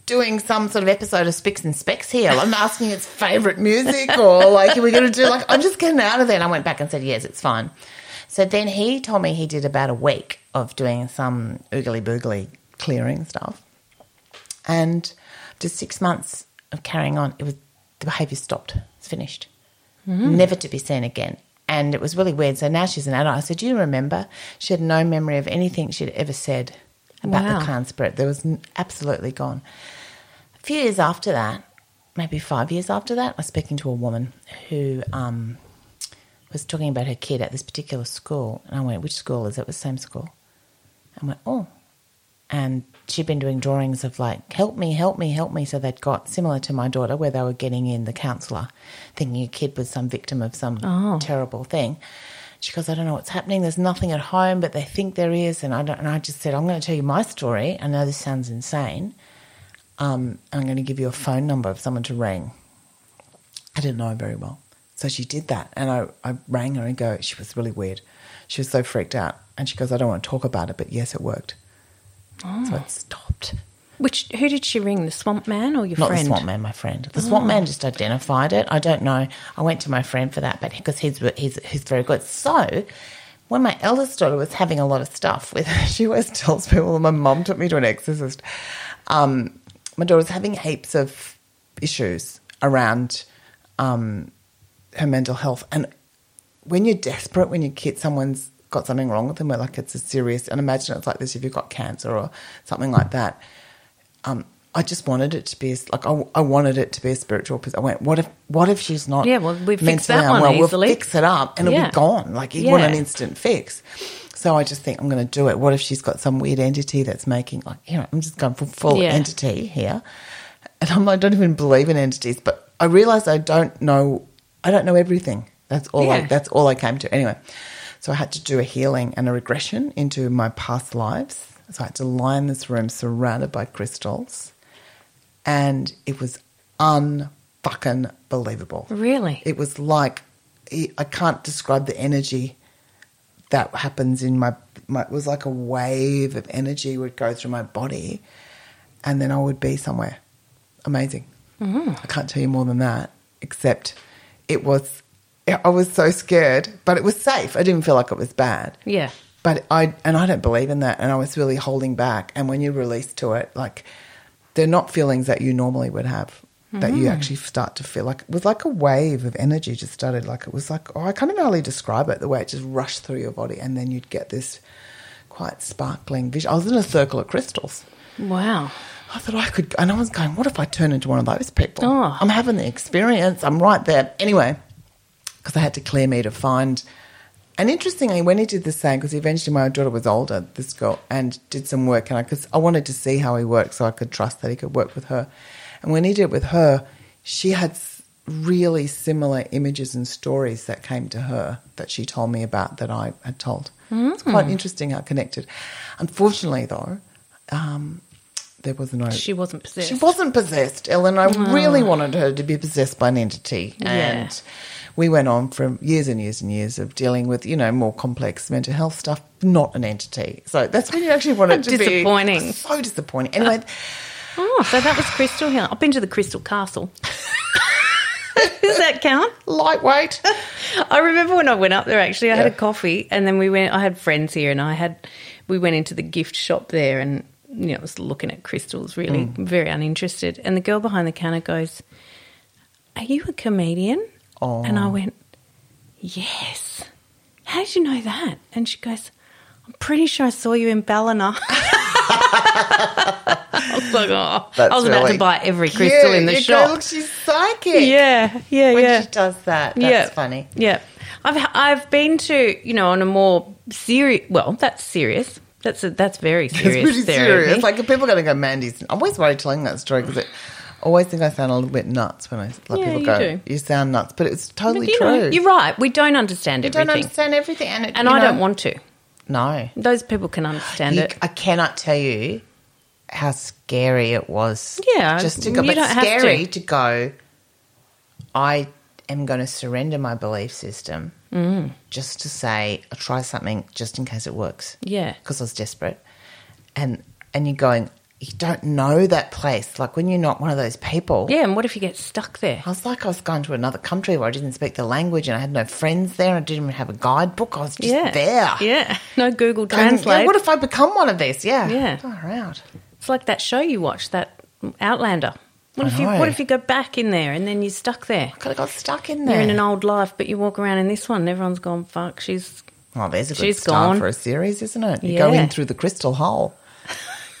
[SPEAKER 2] doing some sort of episode of Spicks and Specks here. I'm asking its favourite music or like, are we going to do like, I'm just getting out of there. And I went back and said, yes, it's fine. So then he told me he did about a week of doing some oogly boogly clearing stuff. And after six months of carrying on, it was the behaviour stopped. It's finished. Never to be seen again. And it was really weird. So now she's an adult. I said, Do you remember? She had no memory of anything she'd ever said about
[SPEAKER 1] Wow.
[SPEAKER 2] the clown spirit. There was n- absolutely gone. A few years after that, maybe five years after that, I was speaking to a woman who um, was talking about her kid at this particular school. And I went, Which school is it? It was the same school. I went, Oh. and she'd been doing drawings of like, help me, help me, help me. So they'd got similar to my daughter, where they were getting in the counsellor, thinking a kid was some victim of some terrible thing. She goes, I don't know what's happening. There's nothing at home, but they think there is. And I don't. And I just said, I'm going to tell you my story. I know this sounds insane. Um, I'm going to give you a phone number of someone to ring. I didn't know her very well. So she did that. And I, I rang her and go, she was really weird. She was so freaked out. And she goes, I don't want to talk about it, but yes, it worked. So it stopped.
[SPEAKER 1] Which who did she ring? The Swamp Man or your
[SPEAKER 2] Not
[SPEAKER 1] friend?
[SPEAKER 2] the swamp man, my friend. The swamp man just identified it. I don't know. I went to my friend for that, but because he's he's he's very good. So when my eldest daughter was having a lot of stuff with, (laughs) she always tells people. My mum took me to an exorcist. Um, my daughter was having heaps of issues around um, her mental health, and when you're desperate, when your kid, someone's got something wrong with them, where like it's a serious, and imagine it's like this if you've got cancer or something like that um, I just wanted it to be as, like I, I wanted it to be a spiritual. Pers- I went, what if what if she's not?
[SPEAKER 1] Yeah, well, we fixed
[SPEAKER 2] mentally
[SPEAKER 1] that one
[SPEAKER 2] unwell?
[SPEAKER 1] easily.
[SPEAKER 2] We'll fix it up, and it'll
[SPEAKER 1] Yeah.
[SPEAKER 2] be gone. Like you want
[SPEAKER 1] Yeah.
[SPEAKER 2] an instant fix. So I just think I'm going to do it. What if she's got some weird entity that's making like you know? I'm just going for full
[SPEAKER 1] Yeah.
[SPEAKER 2] entity here, and I'm, I don't even believe in entities, but I realize I don't know. I don't know everything. That's all. I,
[SPEAKER 1] Yeah.
[SPEAKER 2] that's all I came to anyway. So I had to do a healing and a regression into my past lives. So I had to lie in this room surrounded by crystals and it was unfucking believable.
[SPEAKER 1] Really?
[SPEAKER 2] It was like I can't describe the energy that happens in my, my. It was like a wave of energy would go through my body, and then I would be somewhere amazing. I can't tell you more than that, except it was. I was so scared, but it was safe. I didn't feel like it was bad.
[SPEAKER 1] Yeah.
[SPEAKER 2] But I and I don't believe in that, and I was really holding back. And when you release to it, like they're not feelings that you normally would have. That
[SPEAKER 1] Mm-hmm.
[SPEAKER 2] you actually start to feel like it was like a wave of energy just started. Like it was like oh, I can't even hardly describe it. The way it just rushed through your body, and then you'd get this quite sparkling vision. I was in a circle of crystals.
[SPEAKER 1] Wow.
[SPEAKER 2] I thought I could, and I was going, what if I turn into one of those people?
[SPEAKER 1] Oh.
[SPEAKER 2] I'm having the experience. I'm right there. Anyway, because I had to clear me to find. And interestingly, when he did the same, because eventually my daughter was older, this girl, and did some work, and I, cause I wanted to see how he worked so I could trust that he could work with her. And when he did it with her, she had s- really similar images and stories that came to her that she told me about that I had told. It's quite interesting how connected. Unfortunately, though, um, there was no.
[SPEAKER 1] She wasn't possessed.
[SPEAKER 2] She wasn't possessed, Ellen. I really wanted her to be possessed by an entity. And we went on for years and years and years of dealing with, you know, more complex mental health stuff, not an entity. So that's when you actually
[SPEAKER 1] (laughs)
[SPEAKER 2] want it to be.
[SPEAKER 1] Disappointing.
[SPEAKER 2] So disappointing. Anyway,
[SPEAKER 1] Oh, so that was Crystal Hill. I've been to the Crystal Castle. (laughs) Does that count? (laughs)
[SPEAKER 2] lightweight.
[SPEAKER 1] I remember when I went up there. Actually, I had a coffee, and then we went. I had friends here, and I had we went into the gift shop there, and you know, I was looking at crystals, really
[SPEAKER 2] Hmm.
[SPEAKER 1] very uninterested. And the girl behind the counter goes, "Are you a comedian?"
[SPEAKER 2] Oh.
[SPEAKER 1] And I went, "Yes." How did you know that? And she goes, "I'm pretty sure I saw you in Ballina." (laughs) I was like, "Oh,
[SPEAKER 2] That's
[SPEAKER 1] I was about
[SPEAKER 2] really
[SPEAKER 1] to buy every crystal
[SPEAKER 2] cute.
[SPEAKER 1] in the
[SPEAKER 2] you
[SPEAKER 1] shop."
[SPEAKER 2] Go, Look, she's psychic.
[SPEAKER 1] yeah, yeah,
[SPEAKER 2] When
[SPEAKER 1] yeah.
[SPEAKER 2] she does that, that's
[SPEAKER 1] yeah.
[SPEAKER 2] funny.
[SPEAKER 1] Yeah. I've I've been to, you know, on a more serious well, that's serious. That's a, that's very
[SPEAKER 2] It's
[SPEAKER 1] serious.
[SPEAKER 2] pretty
[SPEAKER 1] therapy.
[SPEAKER 2] serious. Like, people are going to go, Mandy's. I'm always worried telling that story because it. I always think I sound a little bit nuts when I like
[SPEAKER 1] Yeah,
[SPEAKER 2] people
[SPEAKER 1] you
[SPEAKER 2] go,
[SPEAKER 1] do.
[SPEAKER 2] "You sound nuts," but it's totally
[SPEAKER 1] you
[SPEAKER 2] true.
[SPEAKER 1] know, you're right. We don't understand
[SPEAKER 2] You don't
[SPEAKER 1] everything.
[SPEAKER 2] understand everything, and, it,
[SPEAKER 1] and
[SPEAKER 2] you
[SPEAKER 1] I
[SPEAKER 2] know-
[SPEAKER 1] don't want to.
[SPEAKER 2] No,
[SPEAKER 1] Those people can understand
[SPEAKER 2] You-
[SPEAKER 1] it.
[SPEAKER 2] I cannot tell you how scary it was.
[SPEAKER 1] Yeah,
[SPEAKER 2] just to go,
[SPEAKER 1] you
[SPEAKER 2] but
[SPEAKER 1] don't have to.
[SPEAKER 2] scary to. go. I am going to surrender my belief system
[SPEAKER 1] Mm.
[SPEAKER 2] just to say I'll try something just in case it works.
[SPEAKER 1] Yeah.
[SPEAKER 2] because I was desperate, and and you're going. You don't know that place. Like when you're not one of those people.
[SPEAKER 1] Yeah, and what if you get stuck there?
[SPEAKER 2] I was like, I was going to another country where I didn't speak the language and I had no friends there. I didn't even have a guidebook. I was just
[SPEAKER 1] yeah.
[SPEAKER 2] there.
[SPEAKER 1] Yeah. No Google
[SPEAKER 2] Going,
[SPEAKER 1] Translate.
[SPEAKER 2] Yeah, what if I become one of these? Yeah.
[SPEAKER 1] Yeah.
[SPEAKER 2] Far out.
[SPEAKER 1] it's like that show you watched, that Outlander. What
[SPEAKER 2] I
[SPEAKER 1] if you
[SPEAKER 2] know.
[SPEAKER 1] what if you go back in there and then you're stuck there?
[SPEAKER 2] Could have got stuck in
[SPEAKER 1] You're
[SPEAKER 2] there.
[SPEAKER 1] in an old life, but you walk around in this one and everyone's gone, fuck, she's (laughs)
[SPEAKER 2] oh, there's a good
[SPEAKER 1] She's
[SPEAKER 2] start
[SPEAKER 1] gone.
[SPEAKER 2] for a series, isn't it? You go
[SPEAKER 1] Yeah.
[SPEAKER 2] in through the
[SPEAKER 1] (laughs)
[SPEAKER 2] crystal hole.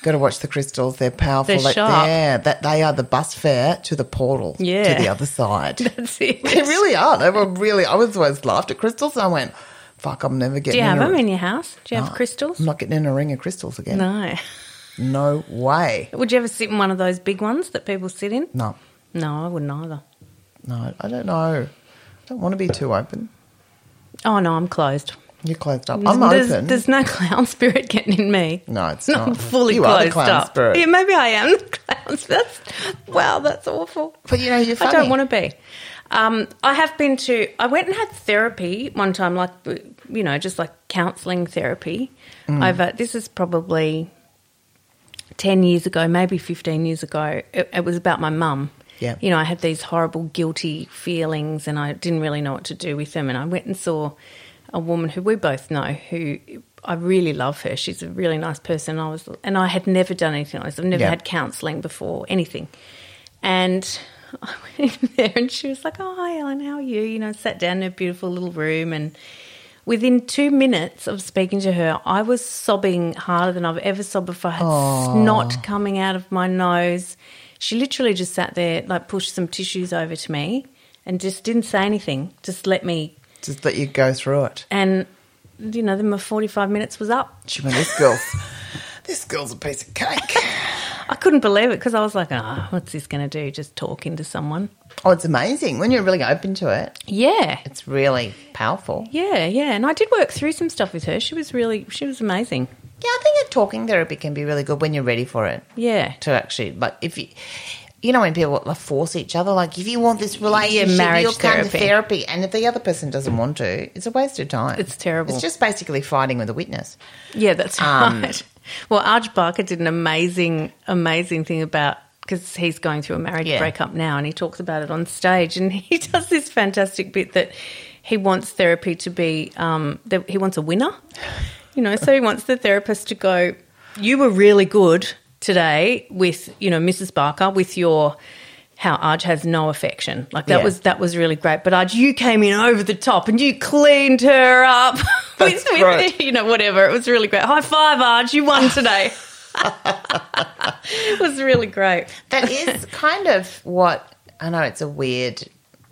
[SPEAKER 2] Got to watch the crystals. They're powerful.
[SPEAKER 1] They're
[SPEAKER 2] Like,
[SPEAKER 1] sharp.
[SPEAKER 2] Yeah, that they are the bus fare to the portal
[SPEAKER 1] Yeah.
[SPEAKER 2] to the other
[SPEAKER 1] (laughs)
[SPEAKER 2] side.
[SPEAKER 1] that's it.
[SPEAKER 2] they really are. They were really. I was always laughed at crystals. And I went, "Fuck, I'm never getting."
[SPEAKER 1] Do you have
[SPEAKER 2] in a-
[SPEAKER 1] them in your house? Do you have
[SPEAKER 2] No,
[SPEAKER 1] crystals?
[SPEAKER 2] I'm not getting in a ring of crystals again.
[SPEAKER 1] No.
[SPEAKER 2] No way.
[SPEAKER 1] Would you ever sit in one of those big ones that people sit in?
[SPEAKER 2] No,
[SPEAKER 1] No, I wouldn't either.
[SPEAKER 2] no, I don't know. I don't want to be too open.
[SPEAKER 1] Oh no, I'm closed.
[SPEAKER 2] You're closed up. I'm
[SPEAKER 1] there's,
[SPEAKER 2] open.
[SPEAKER 1] There's no (laughs) clown spirit getting in me.
[SPEAKER 2] No, (laughs) it's
[SPEAKER 1] I'm
[SPEAKER 2] not.
[SPEAKER 1] fully
[SPEAKER 2] Oh, You are the
[SPEAKER 1] closed
[SPEAKER 2] clown
[SPEAKER 1] up.
[SPEAKER 2] spirit.
[SPEAKER 1] Yeah, maybe I am the (laughs) clown spirit. Wow, that's awful.
[SPEAKER 2] but you know, you're funny.
[SPEAKER 1] I don't want to be. Um, I have been to. I went and had therapy one time, like you know, just like counselling therapy.
[SPEAKER 2] Mm.
[SPEAKER 1] Over this is probably ten years ago, maybe fifteen years ago. It, it was about my mum.
[SPEAKER 2] Yeah.
[SPEAKER 1] you know, I had these horrible guilty feelings, and I didn't really know what to do with them. And I went and saw a woman who we both know, who I really love her. She's a really nice person. I was, and I had never done anything like this. I've never
[SPEAKER 2] Yeah.
[SPEAKER 1] had counselling before, anything. And (laughs) I went in there and she was like, Oh, hi, Ellen, how are you? You know, sat down in a beautiful little room. And within two minutes of speaking to her, I was sobbing harder than I've ever sobbed before. I had snot coming out of my nose. She literally just sat there, like pushed some tissues over to me and just didn't say anything, just let me.
[SPEAKER 2] Just let you go through it.
[SPEAKER 1] And, you know, then my 45 minutes was up.
[SPEAKER 2] She went, this girl's, this girl's a piece of cake.
[SPEAKER 1] I couldn't believe it because I was like, oh, what's this going to do? Just talking to someone.
[SPEAKER 2] (laughs) Oh, it's amazing. When you're really open to it,
[SPEAKER 1] Yeah.
[SPEAKER 2] it's really powerful.
[SPEAKER 1] Yeah, yeah. And I did work through some stuff with her. She was really, she was amazing.
[SPEAKER 2] Yeah, I think that talking therapy can be really good when you're ready for it.
[SPEAKER 1] Yeah.
[SPEAKER 2] To actually, like, if you, you know, when people like, force each other, like, if you want this relationship,
[SPEAKER 1] marriage
[SPEAKER 2] you'll come to
[SPEAKER 1] therapy.
[SPEAKER 2] therapy. And if the other person doesn't want to, it's a waste of time.
[SPEAKER 1] It's terrible.
[SPEAKER 2] It's just basically fighting with a witness.
[SPEAKER 1] Yeah, that's
[SPEAKER 2] Um,
[SPEAKER 1] right. Well, Arj Barker did an amazing, amazing thing about because he's going through a marriage
[SPEAKER 2] Yeah.
[SPEAKER 1] breakup now and he talks about it on stage and (laughs) he does this fantastic bit that he wants therapy to be, um, that he wants a winner, you know, so he wants the therapist to go, You were really good today with, you know, Mrs. Barker with your. How Arj has no affection. Like that
[SPEAKER 2] Yeah.
[SPEAKER 1] was that was really great. But Arj, you came in over the top and you cleaned her up (laughs) with,
[SPEAKER 2] That's
[SPEAKER 1] with (laughs)
[SPEAKER 2] right.
[SPEAKER 1] you know, whatever. It was really great. High five, Arj, you won
[SPEAKER 2] (laughs)
[SPEAKER 1] today. (laughs) it was really great.
[SPEAKER 2] That (laughs) is kind of what I know. It's a weird,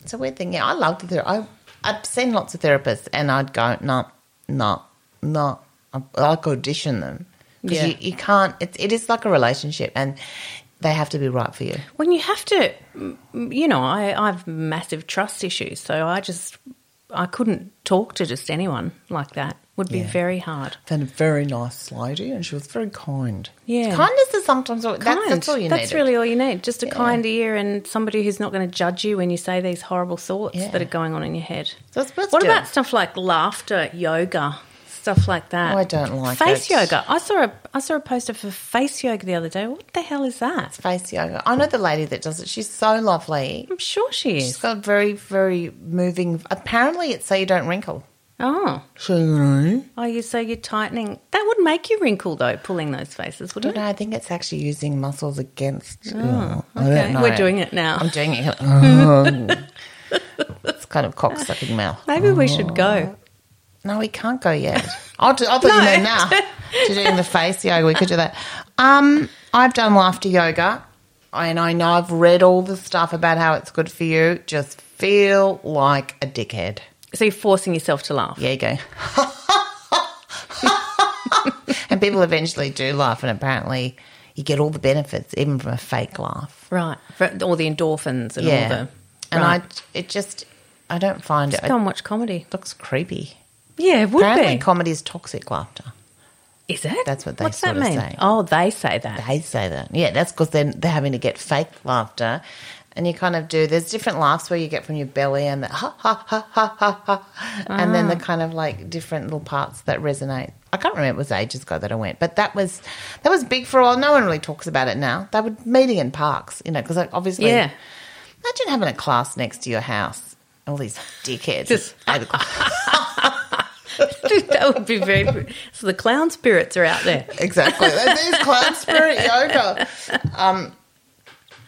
[SPEAKER 2] it's a weird thing. Yeah, I love the therapy. I've seen lots of therapists, and I'd go, no, no, no. I- I'd audition them because
[SPEAKER 1] Yeah.
[SPEAKER 2] you, you can't. It's it is like a relationship, and they have to be right for you.
[SPEAKER 1] When you have to, mm, you know, I, I have massive trust issues, so I just, I couldn't talk to just anyone like that. Would be
[SPEAKER 2] Yeah.
[SPEAKER 1] very hard.
[SPEAKER 2] Found a very nice lady, and she was very kind.
[SPEAKER 1] Yeah.
[SPEAKER 2] kindness is sometimes all, That's,
[SPEAKER 1] Kind.
[SPEAKER 2] that's all you need.
[SPEAKER 1] That's really all you need. Just a kind ear and somebody who's not going to judge you when you say these horrible thoughts
[SPEAKER 2] Yeah.
[SPEAKER 1] that are going on in your head.
[SPEAKER 2] So it's best
[SPEAKER 1] What
[SPEAKER 2] to-
[SPEAKER 1] about stuff like laughter, yoga, stuff like that?
[SPEAKER 2] Oh, I don't like
[SPEAKER 1] face
[SPEAKER 2] it.
[SPEAKER 1] yoga. I saw a I saw a poster for face yoga the other day. What the hell is that?
[SPEAKER 2] face yoga. I know the lady that does it. She's so lovely.
[SPEAKER 1] I'm sure she
[SPEAKER 2] She's
[SPEAKER 1] is.
[SPEAKER 2] got very, very moving. Apparently, it's so you don't wrinkle.
[SPEAKER 1] Oh,
[SPEAKER 2] So you know.
[SPEAKER 1] oh, you so you're tightening. That would make you wrinkle though, pulling those faces,
[SPEAKER 2] don't
[SPEAKER 1] wouldn't
[SPEAKER 2] know.
[SPEAKER 1] it?
[SPEAKER 2] I think it's actually using muscles against. Oh,
[SPEAKER 1] Okay, we're doing it now.
[SPEAKER 2] I'm doing (laughs) it. Oh. it's kind of cocksucking mouth.
[SPEAKER 1] Maybe we should
[SPEAKER 2] Oh.
[SPEAKER 1] go.
[SPEAKER 2] No, we can't go yet. I'll do, I thought
[SPEAKER 1] No.
[SPEAKER 2] you meant now. to doing the face yoga, we could do that. Um, I've done laughter yoga, and I know I've read all the stuff about how it's good for you. Just feel like a dickhead.
[SPEAKER 1] So you're forcing yourself to laugh.
[SPEAKER 2] Yeah, you go. (laughs) and people eventually do laugh, and apparently you get all the benefits, even from a fake laugh.
[SPEAKER 1] Right. For all the endorphins and all
[SPEAKER 2] Yeah.
[SPEAKER 1] the
[SPEAKER 2] And
[SPEAKER 1] right.
[SPEAKER 2] I, it just, I don't find it.
[SPEAKER 1] go
[SPEAKER 2] It
[SPEAKER 1] and watch comedy.
[SPEAKER 2] looks creepy.
[SPEAKER 1] Yeah, it would
[SPEAKER 2] Apparently,
[SPEAKER 1] be.
[SPEAKER 2] comedy is toxic laughter.
[SPEAKER 1] Is it?
[SPEAKER 2] That's what they
[SPEAKER 1] What's
[SPEAKER 2] sort
[SPEAKER 1] that
[SPEAKER 2] of
[SPEAKER 1] mean?
[SPEAKER 2] say.
[SPEAKER 1] Oh, they say that. (laughs)
[SPEAKER 2] They say that. Yeah, that's because then they're having to get fake laughter. And you kind of do, there's different laughs where you get from your belly and the ha ha ha ha ha ha. And then the
[SPEAKER 1] Ah.
[SPEAKER 2] kind of like different little parts that resonate. I can't remember, it was ages ago that I went, but that was that was big for a while. No one really talks about it now. They were meeting in parks, you know, because obviously,
[SPEAKER 1] Yeah.
[SPEAKER 2] imagine having a class next to your house. All these dickheads. (laughs)
[SPEAKER 1] Just-
[SPEAKER 2] Eight o'clock.
[SPEAKER 1] that would be very. So the clown spirits are out there.
[SPEAKER 2] exactly. That is clown spirit yoga. Um,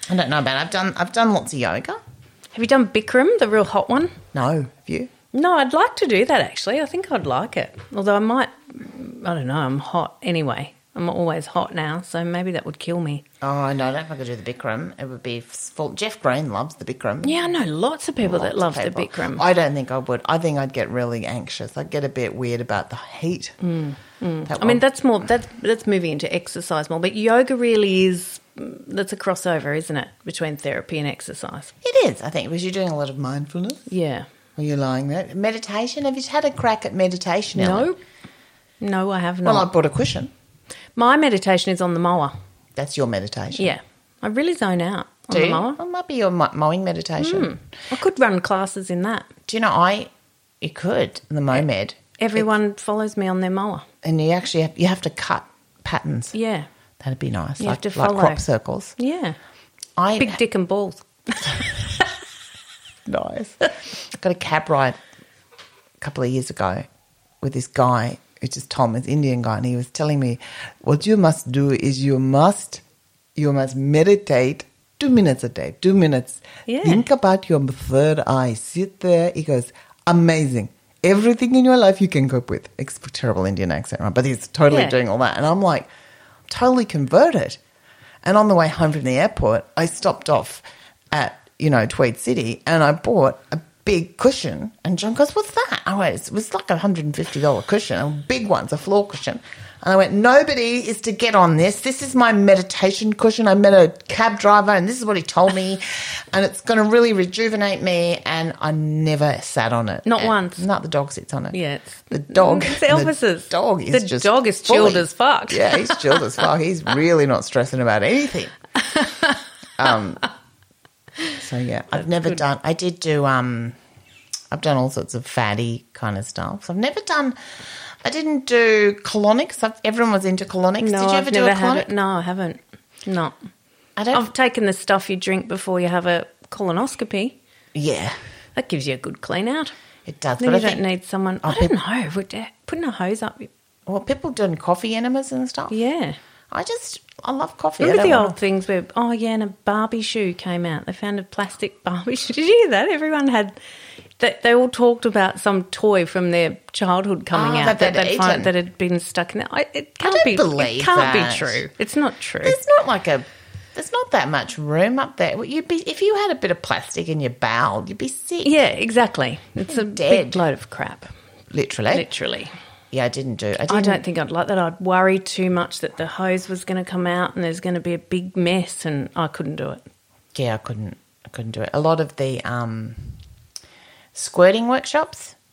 [SPEAKER 2] I don't know about. It. I've done. I've done lots of yoga.
[SPEAKER 1] Have you done Bikram, the real hot one?
[SPEAKER 2] No, have you?
[SPEAKER 1] No, I'd like to do that actually. I think I'd like it. Although I might, I don't know, I'm hot anyway. I'm always hot now, so maybe that would kill me.
[SPEAKER 2] Oh no, I don't think I could do the Bikram. It would be full. Jeff Green loves the Bikram.
[SPEAKER 1] Yeah, I know lots of people that love
[SPEAKER 2] Lots of
[SPEAKER 1] the
[SPEAKER 2] people.
[SPEAKER 1] Bikram.
[SPEAKER 2] I don't think I would. I think I'd get really anxious. I'd get a bit weird about the heat. That
[SPEAKER 1] Mm, I
[SPEAKER 2] one.
[SPEAKER 1] mean, that's more that's that's moving into exercise more, but yoga really is that's a crossover, isn't it, between therapy and exercise?
[SPEAKER 2] it is. I think because you're doing a lot of mindfulness.
[SPEAKER 1] Yeah.
[SPEAKER 2] Were you lying there? Meditation. Have you had a crack at meditation? Ellen?
[SPEAKER 1] No. No, I have not.
[SPEAKER 2] Well, I bought a cushion.
[SPEAKER 1] My meditation is on the mower.
[SPEAKER 2] That's your meditation.
[SPEAKER 1] Yeah. I really zone out on
[SPEAKER 2] Do
[SPEAKER 1] the
[SPEAKER 2] you?
[SPEAKER 1] mower. Hmm.
[SPEAKER 2] Well, it might be your mo- mowing meditation.
[SPEAKER 1] I could run classes in that.
[SPEAKER 2] Do you know I? You could the momed,
[SPEAKER 1] Everyone follows me on their mower.
[SPEAKER 2] and you actually have, you have to cut patterns.
[SPEAKER 1] Yeah.
[SPEAKER 2] That'd be nice.
[SPEAKER 1] You
[SPEAKER 2] like
[SPEAKER 1] have to
[SPEAKER 2] like
[SPEAKER 1] follow.
[SPEAKER 2] crop circles.
[SPEAKER 1] Yeah.
[SPEAKER 2] I
[SPEAKER 1] Big dick and balls.
[SPEAKER 2] nice. (laughs) Got a cab ride a couple of years ago with this guy, which is Tom, this Indian guy, and he was telling me, What you must do is you must you must meditate two minutes a day, two minutes.
[SPEAKER 1] Yeah.
[SPEAKER 2] Think about your third eye. Sit there. He goes, Amazing. Everything in your life you can cope with. Ex- terrible Indian accent, right? But he's totally
[SPEAKER 1] Yeah.
[SPEAKER 2] doing all that. And I'm like, totally converted. And on the way home from the airport, I stopped off at, you know, Tweed City and I bought a big cushion. And John goes, What's that? I went, It was like a $150 cushion, a big one, it's a floor cushion. And I went, Nobody is to get on this. This is my meditation cushion. I met a cab driver and this is what he told me. and it's going to really rejuvenate me. And I never sat on it.
[SPEAKER 1] Not
[SPEAKER 2] And-
[SPEAKER 1] once.
[SPEAKER 2] Not the dog sits on it.
[SPEAKER 1] Yeah, it's-
[SPEAKER 2] The dog.
[SPEAKER 1] It's
[SPEAKER 2] the
[SPEAKER 1] Elvis's.
[SPEAKER 2] dog is
[SPEAKER 1] The
[SPEAKER 2] just.
[SPEAKER 1] dog is chilled
[SPEAKER 2] fully-
[SPEAKER 1] as fuck.
[SPEAKER 2] Yeah, he's chilled as
[SPEAKER 1] (laughs)
[SPEAKER 2] fuck. He's really not stressing about anything. Um, so yeah, I've never done. I did do. Um, I've done all sorts of fatty kind of stuff. So I've never done. I didn't do colonics. I've, everyone was into colonics.
[SPEAKER 1] No,
[SPEAKER 2] did you ever
[SPEAKER 1] I've
[SPEAKER 2] do
[SPEAKER 1] never
[SPEAKER 2] a
[SPEAKER 1] had
[SPEAKER 2] colonic?
[SPEAKER 1] it. No, I haven't. No.
[SPEAKER 2] I don't.
[SPEAKER 1] I've taken the stuff you drink before you have a colonoscopy.
[SPEAKER 2] yeah,
[SPEAKER 1] That gives you a good clean out.
[SPEAKER 2] it does.
[SPEAKER 1] Then
[SPEAKER 2] but I
[SPEAKER 1] you don't
[SPEAKER 2] think,
[SPEAKER 1] need someone.
[SPEAKER 2] Oh,
[SPEAKER 1] I don't know. Would, uh, putting a hose up.
[SPEAKER 2] well, people doing coffee enemas and stuff.
[SPEAKER 1] Yeah.
[SPEAKER 2] I just I love coffee. I
[SPEAKER 1] Remember
[SPEAKER 2] don't
[SPEAKER 1] the
[SPEAKER 2] wanna-
[SPEAKER 1] old things where, oh yeah, and a Barbie shoe came out. They found a plastic (laughs) Barbie shoe. Did you hear that? Everyone had, they, they all talked about some toy from their childhood coming
[SPEAKER 2] Ah,
[SPEAKER 1] out
[SPEAKER 2] that they'd
[SPEAKER 1] they'd
[SPEAKER 2] eaten.
[SPEAKER 1] that had been stuck in there. I, it can't
[SPEAKER 2] don't
[SPEAKER 1] be,
[SPEAKER 2] believe
[SPEAKER 1] it can't
[SPEAKER 2] that.
[SPEAKER 1] be true. It's not true.
[SPEAKER 2] There's not like a. There's not that much room up there. Well, You'd be if you had a bit of plastic in your bowel, you'd be sick.
[SPEAKER 1] yeah, exactly. It's a
[SPEAKER 2] Dead.
[SPEAKER 1] big load of crap,
[SPEAKER 2] Literally.
[SPEAKER 1] literally.
[SPEAKER 2] Yeah, I didn't do. I, didn't,
[SPEAKER 1] I don't think I'd like that. I'd worry too much that the hose was going to come out and there's going to be a big mess, and I couldn't do it.
[SPEAKER 2] Yeah, I couldn't. I couldn't do it. A lot of the um, squirting workshops. (laughs)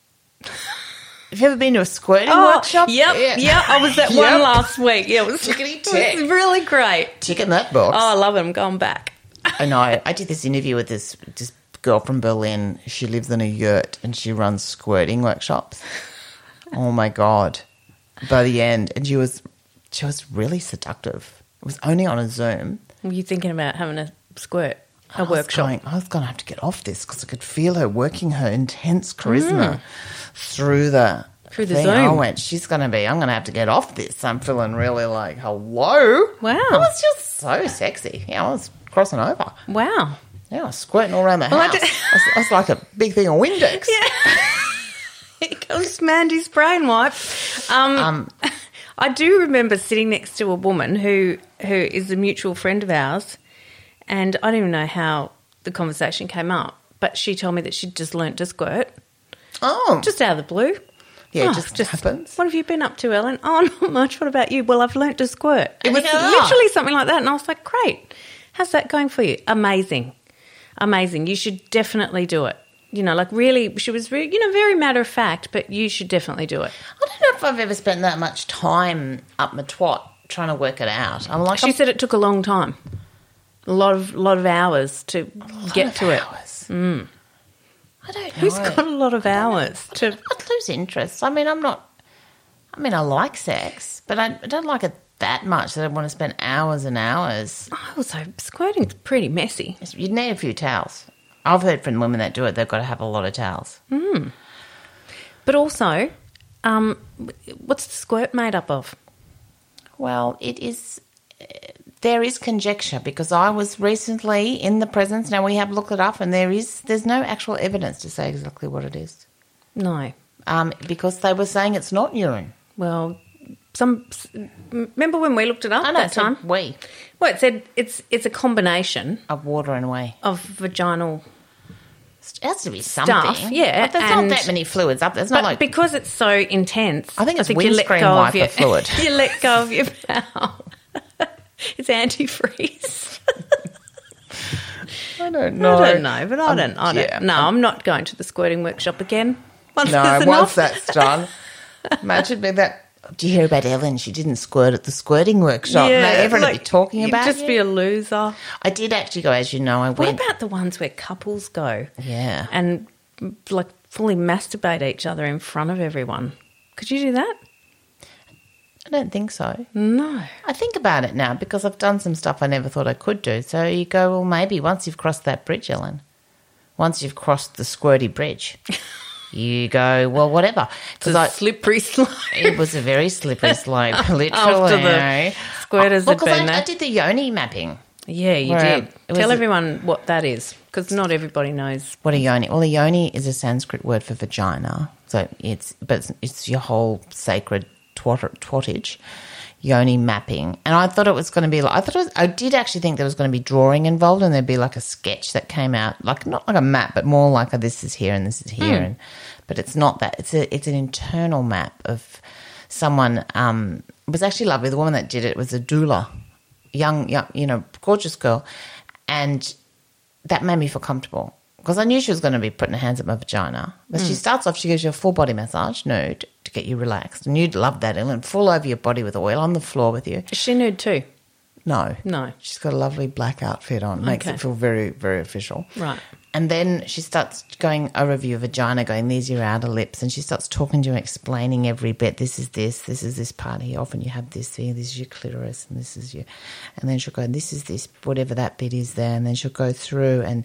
[SPEAKER 2] Have you ever been to a squirting workshop?
[SPEAKER 1] Oh, Yep, yep. I was at
[SPEAKER 2] Yep.
[SPEAKER 1] one last week. Yeah, it was, (laughs)
[SPEAKER 2] Tickety
[SPEAKER 1] it
[SPEAKER 2] tick.
[SPEAKER 1] was really great.
[SPEAKER 2] Chicken that box.
[SPEAKER 1] Oh, I love it. I'm going back.
[SPEAKER 2] I know. I did this interview with this this girl from Berlin. She lives in a yurt and she runs squirting workshops. Oh my god! By the end, and she was she was really seductive. It was only on a Zoom.
[SPEAKER 1] Were you thinking about having a squirt, a
[SPEAKER 2] I was
[SPEAKER 1] workshop?
[SPEAKER 2] going, I was going to have to get off this because I could feel her working her intense charisma through the
[SPEAKER 1] Mm. Through the
[SPEAKER 2] thing.
[SPEAKER 1] Zoom.
[SPEAKER 2] I went, she's going to be. I'm going to have to get off this. I'm feeling really like, hello.
[SPEAKER 1] Wow.
[SPEAKER 2] I was just so sexy. Yeah, I was crossing over.
[SPEAKER 1] (laughs) Wow.
[SPEAKER 2] Yeah, I was squirting all around the
[SPEAKER 1] I
[SPEAKER 2] house. I, (laughs)
[SPEAKER 1] did-
[SPEAKER 2] was, I was like a big thing of Windex.
[SPEAKER 1] Here comes Mandy's brain wipe. Um, (laughs) I do remember sitting next to a woman who who is a mutual friend of ours, and I don't even know how the conversation came up, but she told me that she'd just learnt to squirt
[SPEAKER 2] Oh,
[SPEAKER 1] just out of the blue.
[SPEAKER 2] yeah, it
[SPEAKER 1] Oh,
[SPEAKER 2] just, happens.
[SPEAKER 1] What have you been up to, Ellen? Oh, (laughs) not much. What about you? Well, I've learnt to squirt. It
[SPEAKER 2] And
[SPEAKER 1] was
[SPEAKER 2] you go, "Ah."
[SPEAKER 1] literally something like that. And I was like, great. How's that going for you? Amazing. Amazing. You should definitely do it. You know, like really, she was, re- you know, very matter of fact, but you should definitely do it.
[SPEAKER 2] I don't know if I've ever spent that much time up my twat trying to work it out. I'm like,
[SPEAKER 1] She
[SPEAKER 2] I'm
[SPEAKER 1] said it took a long time. A lot of lot of hours to get to it.
[SPEAKER 2] hours. I don't know.
[SPEAKER 1] Who's got a lot of hours to
[SPEAKER 2] I'd lose interest. I mean, I'm not. I mean, I like sex, but I don't like it that much that I want to spend hours and hours.
[SPEAKER 1] I also squirting's pretty messy.
[SPEAKER 2] It's- You'd need a few towels. I've heard from women that do it; they've got to have a lot of towels.
[SPEAKER 1] But also, um, what's the squirt made up of?
[SPEAKER 2] Well, it is. uh, There is conjecture because I was recently in the presence. Now we have looked it up, and there is there's no actual evidence to say exactly what it is.
[SPEAKER 1] No.
[SPEAKER 2] Um, because they were saying it's not urine.
[SPEAKER 1] Well, some s- remember when we looked it up
[SPEAKER 2] I know,
[SPEAKER 1] that
[SPEAKER 2] it's a
[SPEAKER 1] time?
[SPEAKER 2] wee
[SPEAKER 1] Well, it said it's it's a combination
[SPEAKER 2] of water and wee.
[SPEAKER 1] of vaginal
[SPEAKER 2] has to be something.
[SPEAKER 1] Stuff, yeah,
[SPEAKER 2] But there's
[SPEAKER 1] and-
[SPEAKER 2] not that many fluids up. there. It's not
[SPEAKER 1] But
[SPEAKER 2] like
[SPEAKER 1] because it's so intense,
[SPEAKER 2] I think it's windscreen wiper
[SPEAKER 1] your
[SPEAKER 2] fluid.
[SPEAKER 1] (laughs) you let go of your bowel. (laughs) it's
[SPEAKER 2] (laughs)
[SPEAKER 1] antifreeze.
[SPEAKER 2] I don't know.
[SPEAKER 1] I don't know, but I don't. I don't.
[SPEAKER 2] Um, yeah.
[SPEAKER 1] No, I'm not going to the squirting workshop again. (laughs) Once
[SPEAKER 2] No,
[SPEAKER 1] there's enough.
[SPEAKER 2] once that's done, imagine being that. Do you hear about Ellen? She didn't squirt at the squirting workshop. Yeah, everyone would
[SPEAKER 1] like,
[SPEAKER 2] be talking
[SPEAKER 1] you'd
[SPEAKER 2] about
[SPEAKER 1] Just
[SPEAKER 2] it.
[SPEAKER 1] be a loser.
[SPEAKER 2] I did actually go, as you know, I
[SPEAKER 1] What
[SPEAKER 2] went.
[SPEAKER 1] about the ones where couples go?
[SPEAKER 2] Yeah.
[SPEAKER 1] and like fully masturbate each other in front of everyone. Could you do that?
[SPEAKER 2] I don't think so.
[SPEAKER 1] No.
[SPEAKER 2] I think about it now because I've done some stuff I never thought I could do. So you go, well, maybe once you've crossed that bridge, Ellen, once you've crossed the squirty
[SPEAKER 1] (laughs)
[SPEAKER 2] bridge, you go, well, whatever.
[SPEAKER 1] It's
[SPEAKER 2] Because
[SPEAKER 1] a
[SPEAKER 2] I.
[SPEAKER 1] slippery (laughs) slope.
[SPEAKER 2] It was a very slippery
[SPEAKER 1] (laughs)
[SPEAKER 2] slope, literally. eh? Oh,
[SPEAKER 1] the squirters
[SPEAKER 2] well,
[SPEAKER 1] had
[SPEAKER 2] 'cause
[SPEAKER 1] been
[SPEAKER 2] I, I
[SPEAKER 1] there.
[SPEAKER 2] did the yoni mapping.
[SPEAKER 1] Yeah, you
[SPEAKER 2] Where, um,
[SPEAKER 1] did.
[SPEAKER 2] it was
[SPEAKER 1] Tell
[SPEAKER 2] a-
[SPEAKER 1] everyone what that is because not everybody knows.
[SPEAKER 2] What a yoni! Well, a yoni is a Sanskrit word for vagina, so it's but it's, it's your whole sacred twatter, twattage, yoni mapping. And I thought it was going to be like I thought it was, I did actually think there was going to be drawing involved, and there'd be like a sketch that came out like not like a map, but more like a, this is here and this is here, and but it's not that. It's a it's an internal map of someone. Um, it was actually lovely. The woman that did it was a doula, young, young, you know, gorgeous girl, and that made me feel comfortable because I knew she was going to be putting her hands at my vagina. But
[SPEAKER 1] Mm.
[SPEAKER 2] she starts off, she gives you a full body massage, nude, to get you relaxed. And you'd love that, Ellen. Full over your body with oil on the floor with you.
[SPEAKER 1] Is she nude too?
[SPEAKER 2] No.
[SPEAKER 1] No.
[SPEAKER 2] She's got a lovely black outfit on. Makes
[SPEAKER 1] Okay.
[SPEAKER 2] it feel very, very official.
[SPEAKER 1] Right.
[SPEAKER 2] And then she starts going over your vagina, going, these are your outer lips. And she starts talking to you, explaining every bit. This is this, this is this part here. Often you have this here, this is your clitoris, and this is your. And then she'll go, this is this, whatever that bit is there. And then she'll go through and.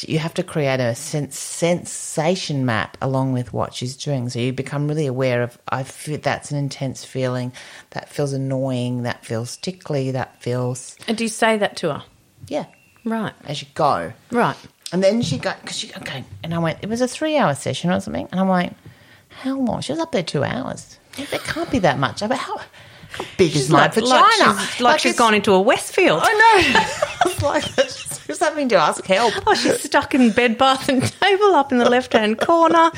[SPEAKER 2] You have to create a sense, sensation map along with what she's doing, so you become really aware of. I feel that's an intense feeling, that feels annoying, that feels tickly, that feels
[SPEAKER 1] And do you say that to her?
[SPEAKER 2] yeah.
[SPEAKER 1] Right.
[SPEAKER 2] As you go,
[SPEAKER 1] Right.
[SPEAKER 2] and then she got, because she, okay. And I went, it was a three hour session or something. And I'm like, how long? She was up there two hours. There can't be that much. I went, how, how big is my
[SPEAKER 1] like,
[SPEAKER 2] vagina?
[SPEAKER 1] like she's, like she's
[SPEAKER 2] it's-
[SPEAKER 1] gone into a Westfield.
[SPEAKER 2] I know. (laughs) It's like, there's something to ask help.
[SPEAKER 1] Oh, she's stuck in bed, bath, and table up in the left hand corner.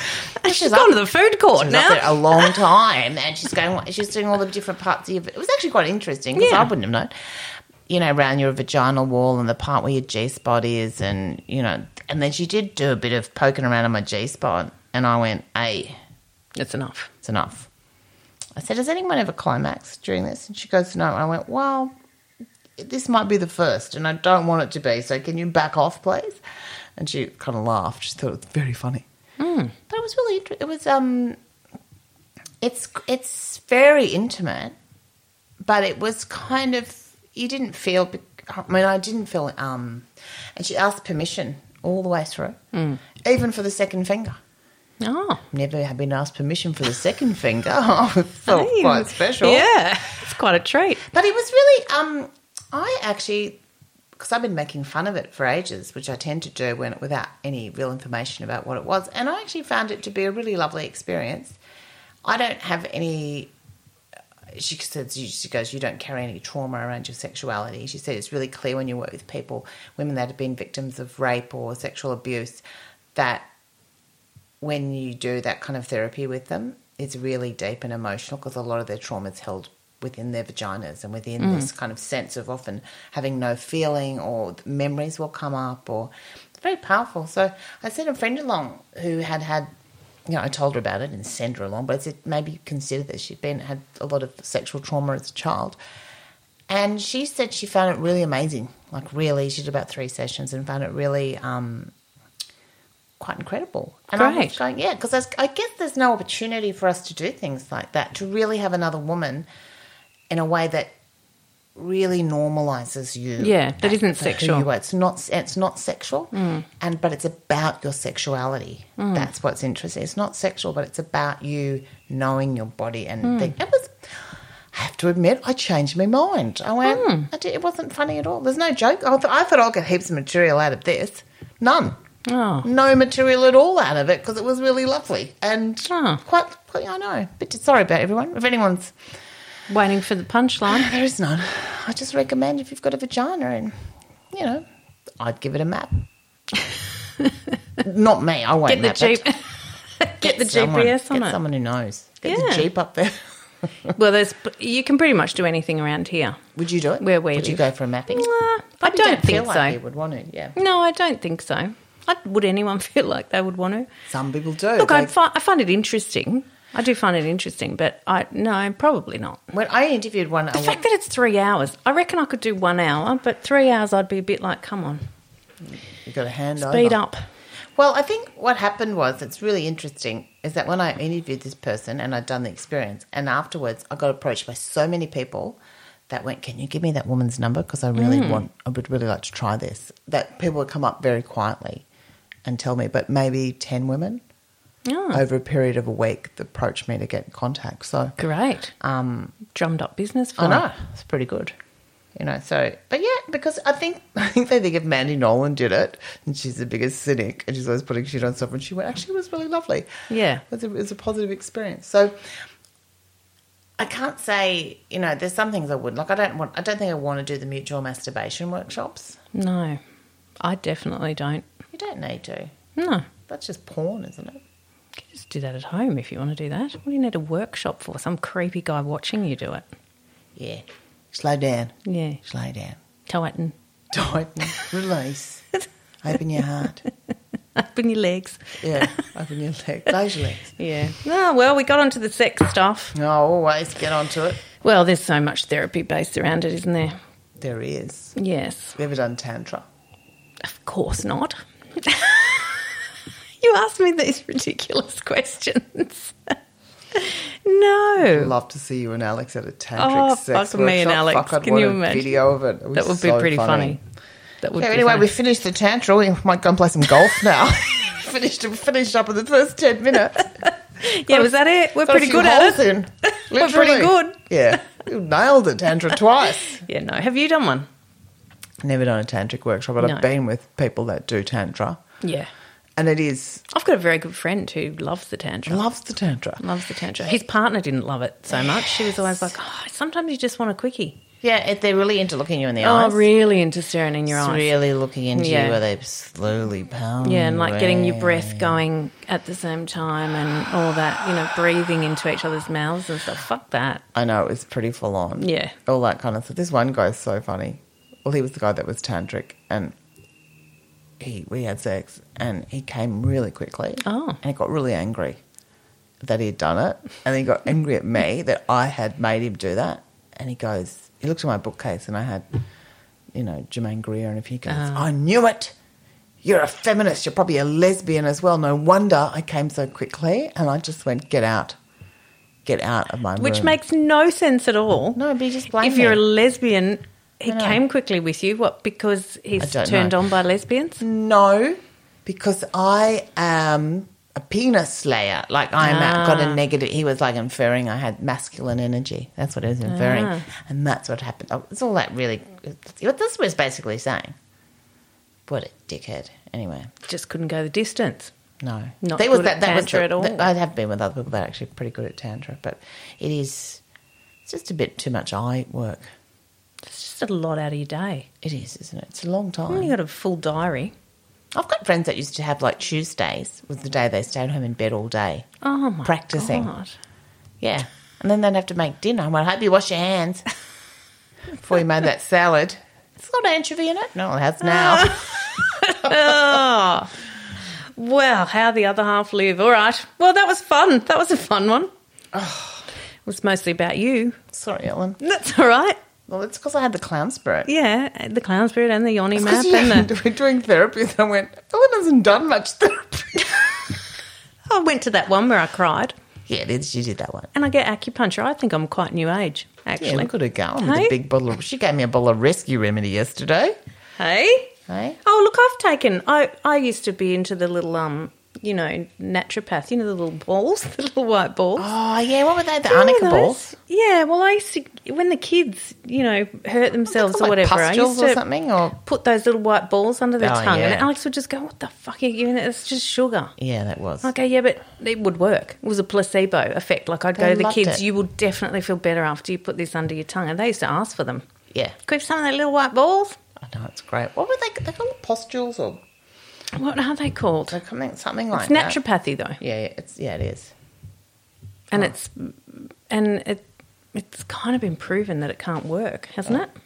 [SPEAKER 1] And she's
[SPEAKER 2] (laughs) She's
[SPEAKER 1] gone
[SPEAKER 2] up-
[SPEAKER 1] to the food court
[SPEAKER 2] She's up there Oh.
[SPEAKER 1] now. (laughs)
[SPEAKER 2] a long time, and she's going. She's doing all the different parts of your. It was actually quite interesting because
[SPEAKER 1] Yeah.
[SPEAKER 2] I wouldn't have known. You know, around your vaginal wall and the part where your G spot is, and you know, and then she did do a bit of poking around on my G spot, and I went, "Hey,
[SPEAKER 1] That's enough.
[SPEAKER 2] it's enough." I said, "Has anyone ever climaxed during this?" And she goes, "No." And I went, "Well, this might be the first, and I don't want it to be. So can you back off, please?" And she kind of laughed. She thought it was very funny. But it was really inter- it was um, it's it's very intimate, but it was kind of you didn't feel. be- I mean, I didn't feel um, and she asked permission all the way through, even for the second finger.
[SPEAKER 1] Oh,
[SPEAKER 2] Never had been asked permission for the second finger. (laughs) Oh, it felt
[SPEAKER 1] Hey.
[SPEAKER 2] quite special.
[SPEAKER 1] Yeah, (laughs) it's quite a treat.
[SPEAKER 2] But it was really, um, I actually, because I've been making fun of it for ages, which I tend to do when without any real information about what it was, and I actually found it to be a really lovely experience. I don't have any. She says she goes, you don't carry any trauma around your sexuality. She said it's really clear when you work with people, women that have been victims of rape or sexual abuse, that when you do that kind of therapy with them, it's really deep and emotional because a lot of their trauma is held within their vaginas and within this kind of sense of often having no feeling or th- memories will come up or it's very powerful. So I sent a friend along who had had, you know, I told her about it and sent her along, but I said maybe consider that she'd been had a lot of sexual trauma as a child. And she said she found it really amazing. Like really, she did about three sessions and found it really um, quite incredible. And I
[SPEAKER 1] Great.
[SPEAKER 2] was going, yeah, because I guess there's no opportunity for us to do things like that to really have another woman in a way that really normalizes you.
[SPEAKER 1] Yeah, that
[SPEAKER 2] at
[SPEAKER 1] isn't
[SPEAKER 2] for who
[SPEAKER 1] sexual. Mm.
[SPEAKER 2] you are. It's not. It's not sexual, and but it's about your sexuality. That's what's interesting. It's not sexual, but it's about you knowing your body and
[SPEAKER 1] Mm.
[SPEAKER 2] thing. It was. I have to admit, I changed my mind. I went.
[SPEAKER 1] Mm.
[SPEAKER 2] I did, it wasn't funny at all. There's no joke. I thought, I thought I'll get heaps of material out of this. None.
[SPEAKER 1] Oh.
[SPEAKER 2] No material at all out of it because it was really lovely and
[SPEAKER 1] Oh.
[SPEAKER 2] quite, quite. I know. But sorry about everyone. If anyone's
[SPEAKER 1] Waiting for the punchline.
[SPEAKER 2] there is none. I just recommend if you've got a vagina and, you know, I'd give it a map. Not me. I won't
[SPEAKER 1] Get the
[SPEAKER 2] map it.
[SPEAKER 1] Jeep. (laughs) Get the
[SPEAKER 2] someone,
[SPEAKER 1] GPS on
[SPEAKER 2] get
[SPEAKER 1] it.
[SPEAKER 2] someone who knows. Get
[SPEAKER 1] Yeah.
[SPEAKER 2] the Jeep up there. (laughs)
[SPEAKER 1] Well, there's you can pretty much do anything around here.
[SPEAKER 2] Would you do it?
[SPEAKER 1] Where we
[SPEAKER 2] Would you
[SPEAKER 1] live.
[SPEAKER 2] go for a mapping?
[SPEAKER 1] Uh, I
[SPEAKER 2] You
[SPEAKER 1] don't, think
[SPEAKER 2] feel
[SPEAKER 1] so.
[SPEAKER 2] like you would want to, yeah.
[SPEAKER 1] No, I don't think so. I, would anyone (laughs) feel like they would want to?
[SPEAKER 2] Some people do.
[SPEAKER 1] Look,
[SPEAKER 2] They-
[SPEAKER 1] I'd fi- I find it interesting. I do find it interesting, but I no, probably not.
[SPEAKER 2] when I interviewed one,
[SPEAKER 1] The
[SPEAKER 2] I
[SPEAKER 1] fact that it's three hours, I reckon I could do one hour, but three hours, I'd be a bit like, come on,
[SPEAKER 2] you got a hand
[SPEAKER 1] speed
[SPEAKER 2] over.
[SPEAKER 1] up.
[SPEAKER 2] Well, I think what happened was it's really interesting is that when I interviewed this person and I'd done the experience, and afterwards I got approached by so many people that went, "Can you give me that woman's number? Because I really want, I would really like to try this." That people would come up very quietly and tell me, but maybe ten women
[SPEAKER 1] Oh,
[SPEAKER 2] over a period of a week that approached me to get in contact. So
[SPEAKER 1] great,
[SPEAKER 2] um,
[SPEAKER 1] drummed up business for
[SPEAKER 2] I
[SPEAKER 1] them.
[SPEAKER 2] know it's pretty good. You know, so but yeah, because I think (laughs) I think they think if Mandy Nolan did it, and she's the biggest cynic, and she's always putting shit on stuff, and she went, actually, it was really lovely.
[SPEAKER 1] Yeah.
[SPEAKER 2] it was a, it was a positive experience. So I can't say, you know, there's some things I would like. I don't want. I don't think I want to do the mutual masturbation workshops.
[SPEAKER 1] No, I definitely don't.
[SPEAKER 2] You don't need to.
[SPEAKER 1] No,
[SPEAKER 2] That's just porn, isn't it?
[SPEAKER 1] you can just do that at home if you want to do that. What do you need a workshop for? Some creepy guy watching you do it.
[SPEAKER 2] Yeah. Slow down.
[SPEAKER 1] Yeah,
[SPEAKER 2] Slow down.
[SPEAKER 1] tighten, (laughs)
[SPEAKER 2] Tighten. (laughs) Release. Open your heart.
[SPEAKER 1] open your legs.
[SPEAKER 2] Yeah. Open your leg. Close your legs.
[SPEAKER 1] Yeah. Oh, well, we got onto the sex stuff.
[SPEAKER 2] No, always get onto it.
[SPEAKER 1] Well, there's so much therapy based around it, isn't there?
[SPEAKER 2] There is.
[SPEAKER 1] Yes.
[SPEAKER 2] You ever done tantra?
[SPEAKER 1] Of course
[SPEAKER 2] (laughs)
[SPEAKER 1] not. you ask me these ridiculous (laughs) questions.
[SPEAKER 2] I'd
[SPEAKER 1] no.
[SPEAKER 2] love to see you and Alex at a tantric
[SPEAKER 1] Oh,
[SPEAKER 2] sex
[SPEAKER 1] fuck me and
[SPEAKER 2] workshop.
[SPEAKER 1] Alex.
[SPEAKER 2] Fuck, I'd
[SPEAKER 1] Can
[SPEAKER 2] want
[SPEAKER 1] you
[SPEAKER 2] a
[SPEAKER 1] imagine?
[SPEAKER 2] video of it. it
[SPEAKER 1] That would be
[SPEAKER 2] so
[SPEAKER 1] pretty funny. That would
[SPEAKER 2] Okay,
[SPEAKER 1] be
[SPEAKER 2] anyway,
[SPEAKER 1] funny.
[SPEAKER 2] we finished the tantra. We might go and play some golf now. (laughs) finished finished up in the first
[SPEAKER 1] (laughs)
[SPEAKER 2] ten minutes.
[SPEAKER 1] yeah, was that it? We're
[SPEAKER 2] Got a
[SPEAKER 1] pretty
[SPEAKER 2] few
[SPEAKER 1] good at
[SPEAKER 2] holes
[SPEAKER 1] it.
[SPEAKER 2] in,
[SPEAKER 1] (laughs) We're pretty
[SPEAKER 2] literally.
[SPEAKER 1] good.
[SPEAKER 2] Yeah, you nailed it tantra twice.
[SPEAKER 1] Yeah, no. Have you done one?
[SPEAKER 2] (laughs) Never done a tantric workshop, but
[SPEAKER 1] No.
[SPEAKER 2] I've been with people that do tantra,
[SPEAKER 1] Yeah.
[SPEAKER 2] and it is
[SPEAKER 1] I've got a very good friend who loves the tantra.
[SPEAKER 2] loves the tantra.
[SPEAKER 1] Loves the tantra. His partner didn't love it so much. She was always like, oh, sometimes you just want a quickie.
[SPEAKER 2] Yeah, it, they're really into looking you in the
[SPEAKER 1] Oh,
[SPEAKER 2] eyes.
[SPEAKER 1] really into staring in your
[SPEAKER 2] It's
[SPEAKER 1] eyes.
[SPEAKER 2] really looking into
[SPEAKER 1] Yeah.
[SPEAKER 2] you where they slowly pound.
[SPEAKER 1] Mm, Yeah, and like getting your
[SPEAKER 2] away.
[SPEAKER 1] breath going at the same time and all that, you know, breathing into each other's mouths and stuff. Fuck that.
[SPEAKER 2] I know it was pretty full on.
[SPEAKER 1] Yeah.
[SPEAKER 2] all that kind of stuff. This one guy's so funny. Well, he was the guy that was tantric, and he we had sex, and he came really quickly.
[SPEAKER 1] Oh.
[SPEAKER 2] and he got really angry that he had done it, and he got angry at me that I had made him do that. And he goes, he looked at my bookcase, and I had, you know, Jermaine Greer, and if he goes,
[SPEAKER 1] Oh.
[SPEAKER 2] I knew it. You're a feminist. You're probably a lesbian as well. No wonder I came so quickly. And I just went, get out, get out of my room.
[SPEAKER 1] Which makes no sense at all.
[SPEAKER 2] no, but he just blamed
[SPEAKER 1] if you're a
[SPEAKER 2] me.
[SPEAKER 1] lesbian, he
[SPEAKER 2] I know.
[SPEAKER 1] came quickly with you. What? Because he's
[SPEAKER 2] don't
[SPEAKER 1] turned
[SPEAKER 2] know.
[SPEAKER 1] on by lesbians?
[SPEAKER 2] No, because I am a penis slayer. Like I'm a- got
[SPEAKER 1] Ah.
[SPEAKER 2] a negative. He was like inferring I had masculine energy. That's what he was inferring,
[SPEAKER 1] Ah.
[SPEAKER 2] and that's what happened. Oh, it's all that really. What this was basically saying. What a dickhead. Anyway,
[SPEAKER 1] Just couldn't go the distance.
[SPEAKER 2] no,
[SPEAKER 1] Not
[SPEAKER 2] They was
[SPEAKER 1] good at tantra at all.
[SPEAKER 2] that- I have been with other people that are actually pretty good at tantra, but it is. It's just a bit too much eye work.
[SPEAKER 1] It's just a lot out of your day.
[SPEAKER 2] It is, isn't it? It's a long time.
[SPEAKER 1] When you got a full diary.
[SPEAKER 2] I've got friends that used to have like Tuesdays was the day they stayed home in bed all day.
[SPEAKER 1] Oh my
[SPEAKER 2] Practicing.
[SPEAKER 1] God.
[SPEAKER 2] Yeah. And then they'd have to make dinner. I'm like, I hope you wash your hands before you made that salad. It's got anchovy in it. No, it has now.
[SPEAKER 1] Ah. Well, how the other half live. All right. Well, that was fun. That was a fun one. It was mostly about you.
[SPEAKER 2] Sorry, Ellen.
[SPEAKER 1] That's all right.
[SPEAKER 2] Well, it's because I had the clown spirit.
[SPEAKER 1] Yeah, the clown spirit and the yoni map
[SPEAKER 2] Because you
[SPEAKER 1] and the,
[SPEAKER 2] we're doing therapy, and I went, Ellen hasn't done much
[SPEAKER 1] (laughs)
[SPEAKER 2] therapy.
[SPEAKER 1] I went to that one where I cried
[SPEAKER 2] yeah, then she did that one.
[SPEAKER 1] and I get acupuncture. I think I'm quite new age,
[SPEAKER 2] Yeah,
[SPEAKER 1] actually.
[SPEAKER 2] look at her go. with
[SPEAKER 1] Hey?
[SPEAKER 2] a big bottle of, she gave me a bottle of rescue remedy yesterday.
[SPEAKER 1] hey.
[SPEAKER 2] Hey?
[SPEAKER 1] Oh look, I've taken I, I used to be into the little um you know, naturopath, you know the little balls, (laughs) the little white balls.
[SPEAKER 2] Oh, yeah, what were they? The
[SPEAKER 1] You know
[SPEAKER 2] arnica
[SPEAKER 1] those?
[SPEAKER 2] balls? Oh,
[SPEAKER 1] Yeah, well I used to when the kids, you know, hurt themselves
[SPEAKER 2] Like
[SPEAKER 1] or whatever, I
[SPEAKER 2] pustules
[SPEAKER 1] used
[SPEAKER 2] or
[SPEAKER 1] to
[SPEAKER 2] something? Or
[SPEAKER 1] put those little white balls under their
[SPEAKER 2] Oh,
[SPEAKER 1] tongue and
[SPEAKER 2] yeah.
[SPEAKER 1] Alex would just go, What the fuck are you giving it? It's just sugar.
[SPEAKER 2] Yeah, that was.
[SPEAKER 1] Okay, yeah, but it would work. It was a placebo effect. Like I'd go
[SPEAKER 2] They
[SPEAKER 1] to the
[SPEAKER 2] loved
[SPEAKER 1] kids,
[SPEAKER 2] it.
[SPEAKER 1] you will definitely feel better after you put this under your tongue. And they used to ask for them.
[SPEAKER 2] Yeah.
[SPEAKER 1] Give some of their little white balls.
[SPEAKER 2] I know, it's great. What were they? They called pustules or
[SPEAKER 1] What are they called?
[SPEAKER 2] So something, something like
[SPEAKER 1] It's naturopathy though,
[SPEAKER 2] that. Yeah, yeah, it's yeah, it is.
[SPEAKER 1] and it's and it it's kind of been proven that it can't work, hasn't it? Oh.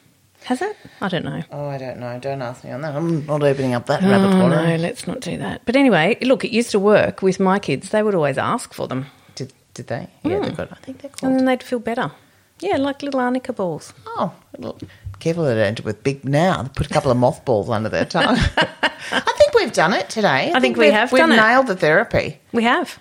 [SPEAKER 1] Has it? I don't know.
[SPEAKER 2] Oh, I don't know. Don't ask me on that. I'm not opening up that rabbit hole.
[SPEAKER 1] Oh, no, let's not do that. But anyway, look, it used to work with my kids. They would always ask for them,
[SPEAKER 2] Did did they? Yeah,
[SPEAKER 1] Mm.
[SPEAKER 2] they got. I think they're
[SPEAKER 1] and
[SPEAKER 2] called.
[SPEAKER 1] then they'd feel better. Yeah, like little arnica balls.
[SPEAKER 2] Oh, look. careful they don't enter with big now. They put a couple of mothballs under their
[SPEAKER 1] (laughs)
[SPEAKER 2] tongue. I think we've done it today. I,
[SPEAKER 1] think we
[SPEAKER 2] we've-
[SPEAKER 1] have
[SPEAKER 2] We've
[SPEAKER 1] done it.
[SPEAKER 2] nailed the therapy.
[SPEAKER 1] We have.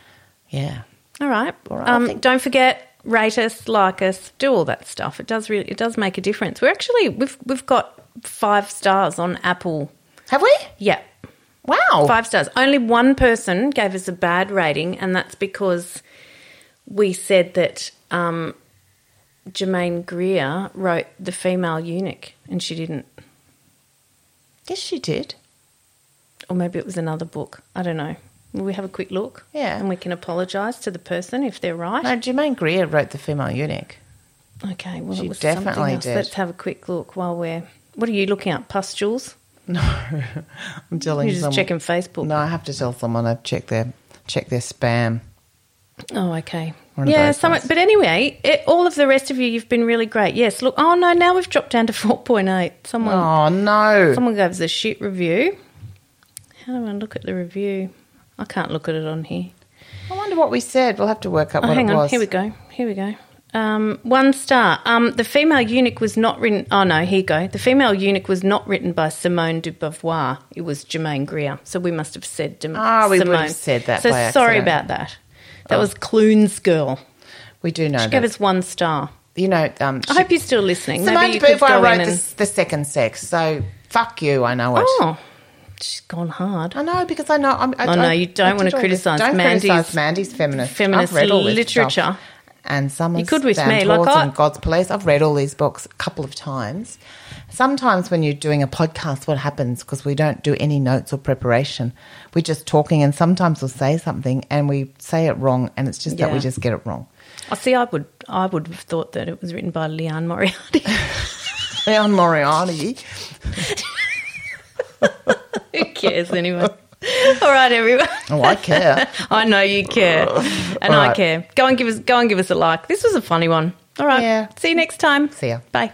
[SPEAKER 2] Yeah.
[SPEAKER 1] All right.
[SPEAKER 2] All right, I
[SPEAKER 1] um,
[SPEAKER 2] think-
[SPEAKER 1] Don't forget, rate us, like us, do all that stuff. It does really, it does make a difference. We're actually we've we've got five stars on Apple.
[SPEAKER 2] Have we?
[SPEAKER 1] Yeah,
[SPEAKER 2] Wow.
[SPEAKER 1] five stars. Only one person gave us a bad rating, and that's because we said that um, Jermaine Greer wrote the female eunuch, and she didn't.
[SPEAKER 2] Yes, she did.
[SPEAKER 1] Or maybe it was another book. I don't know. Will we have a quick look?
[SPEAKER 2] Yeah.
[SPEAKER 1] And we can apologise to the person if they're right.
[SPEAKER 2] No, Jermaine Greer wrote The Female Eunuch.
[SPEAKER 1] Okay, well,
[SPEAKER 2] She
[SPEAKER 1] it was
[SPEAKER 2] definitely
[SPEAKER 1] something else.
[SPEAKER 2] did.
[SPEAKER 1] Let's have a quick look while we're. What are you looking at? Pustules?
[SPEAKER 2] No, (laughs) I'm telling
[SPEAKER 1] You're just
[SPEAKER 2] someone.
[SPEAKER 1] checking Facebook.
[SPEAKER 2] No, I have to tell someone I've checked their check their spam.
[SPEAKER 1] Oh, okay.
[SPEAKER 2] One of
[SPEAKER 1] Yeah,
[SPEAKER 2] those
[SPEAKER 1] some,
[SPEAKER 2] ones.
[SPEAKER 1] but anyway, it, all of the rest of you, you've been really great. Yes, look. Oh no, now we've dropped down to (laughs) four point eight. Someone,
[SPEAKER 2] Oh no!
[SPEAKER 1] someone gave us a shit review. How do I look at the review? I can't look at it on here.
[SPEAKER 2] I wonder what we said. We'll have to work out
[SPEAKER 1] Oh,
[SPEAKER 2] what
[SPEAKER 1] hang
[SPEAKER 2] it
[SPEAKER 1] on.
[SPEAKER 2] was.
[SPEAKER 1] Here we go. Here we go. Um, one star. Um, the female eunuch was not written. Oh no, here you go. The female eunuch was not written by Simone de Beauvoir. It was Germaine Greer. So we must have said Dem-
[SPEAKER 2] Ah, we would
[SPEAKER 1] Simone.
[SPEAKER 2] have said that
[SPEAKER 1] So
[SPEAKER 2] by
[SPEAKER 1] sorry
[SPEAKER 2] accident. Oh.
[SPEAKER 1] about that. That was Clune's girl.
[SPEAKER 2] We do know
[SPEAKER 1] She
[SPEAKER 2] that.
[SPEAKER 1] gave us one star.
[SPEAKER 2] you know, um,
[SPEAKER 1] I
[SPEAKER 2] she-
[SPEAKER 1] hope you're still listening.
[SPEAKER 2] Simone
[SPEAKER 1] Maybe
[SPEAKER 2] de
[SPEAKER 1] you could
[SPEAKER 2] Beauvoir
[SPEAKER 1] go
[SPEAKER 2] wrote
[SPEAKER 1] in
[SPEAKER 2] the,
[SPEAKER 1] and
[SPEAKER 2] s- the second sex, so fuck you. I know it.
[SPEAKER 1] oh, she's gone hard.
[SPEAKER 2] I know because I know. I'm, I,
[SPEAKER 1] Oh, no,
[SPEAKER 2] I-
[SPEAKER 1] you don't
[SPEAKER 2] I did
[SPEAKER 1] wanna
[SPEAKER 2] all this.
[SPEAKER 1] criticise
[SPEAKER 2] Don't
[SPEAKER 1] Mandy's-
[SPEAKER 2] criticise Mandy's feminist
[SPEAKER 1] feminist
[SPEAKER 2] I've read all this
[SPEAKER 1] literature.
[SPEAKER 2] stuff. And some
[SPEAKER 1] You could with me, like
[SPEAKER 2] Wars
[SPEAKER 1] I-
[SPEAKER 2] and God's Police. I've read all these books a couple of times. Sometimes when you're doing a podcast, what happens because we don't do any notes or preparation, we're just talking, and sometimes we'll say something and we say it wrong, and it's just that we
[SPEAKER 1] Yeah.
[SPEAKER 2] just get it wrong.
[SPEAKER 1] I see. I would. I would have thought that it was written by Leanne Moriarty. (laughs)
[SPEAKER 2] Leon Moriarty.
[SPEAKER 1] Who cares anyway? All right, everyone.
[SPEAKER 2] Oh, I care.
[SPEAKER 1] I know you care, and
[SPEAKER 2] All
[SPEAKER 1] I
[SPEAKER 2] right.
[SPEAKER 1] care. Go and give us go and give us a like. This was a funny one. All right.
[SPEAKER 2] Yeah.
[SPEAKER 1] See you next time.
[SPEAKER 2] See ya.
[SPEAKER 1] Bye.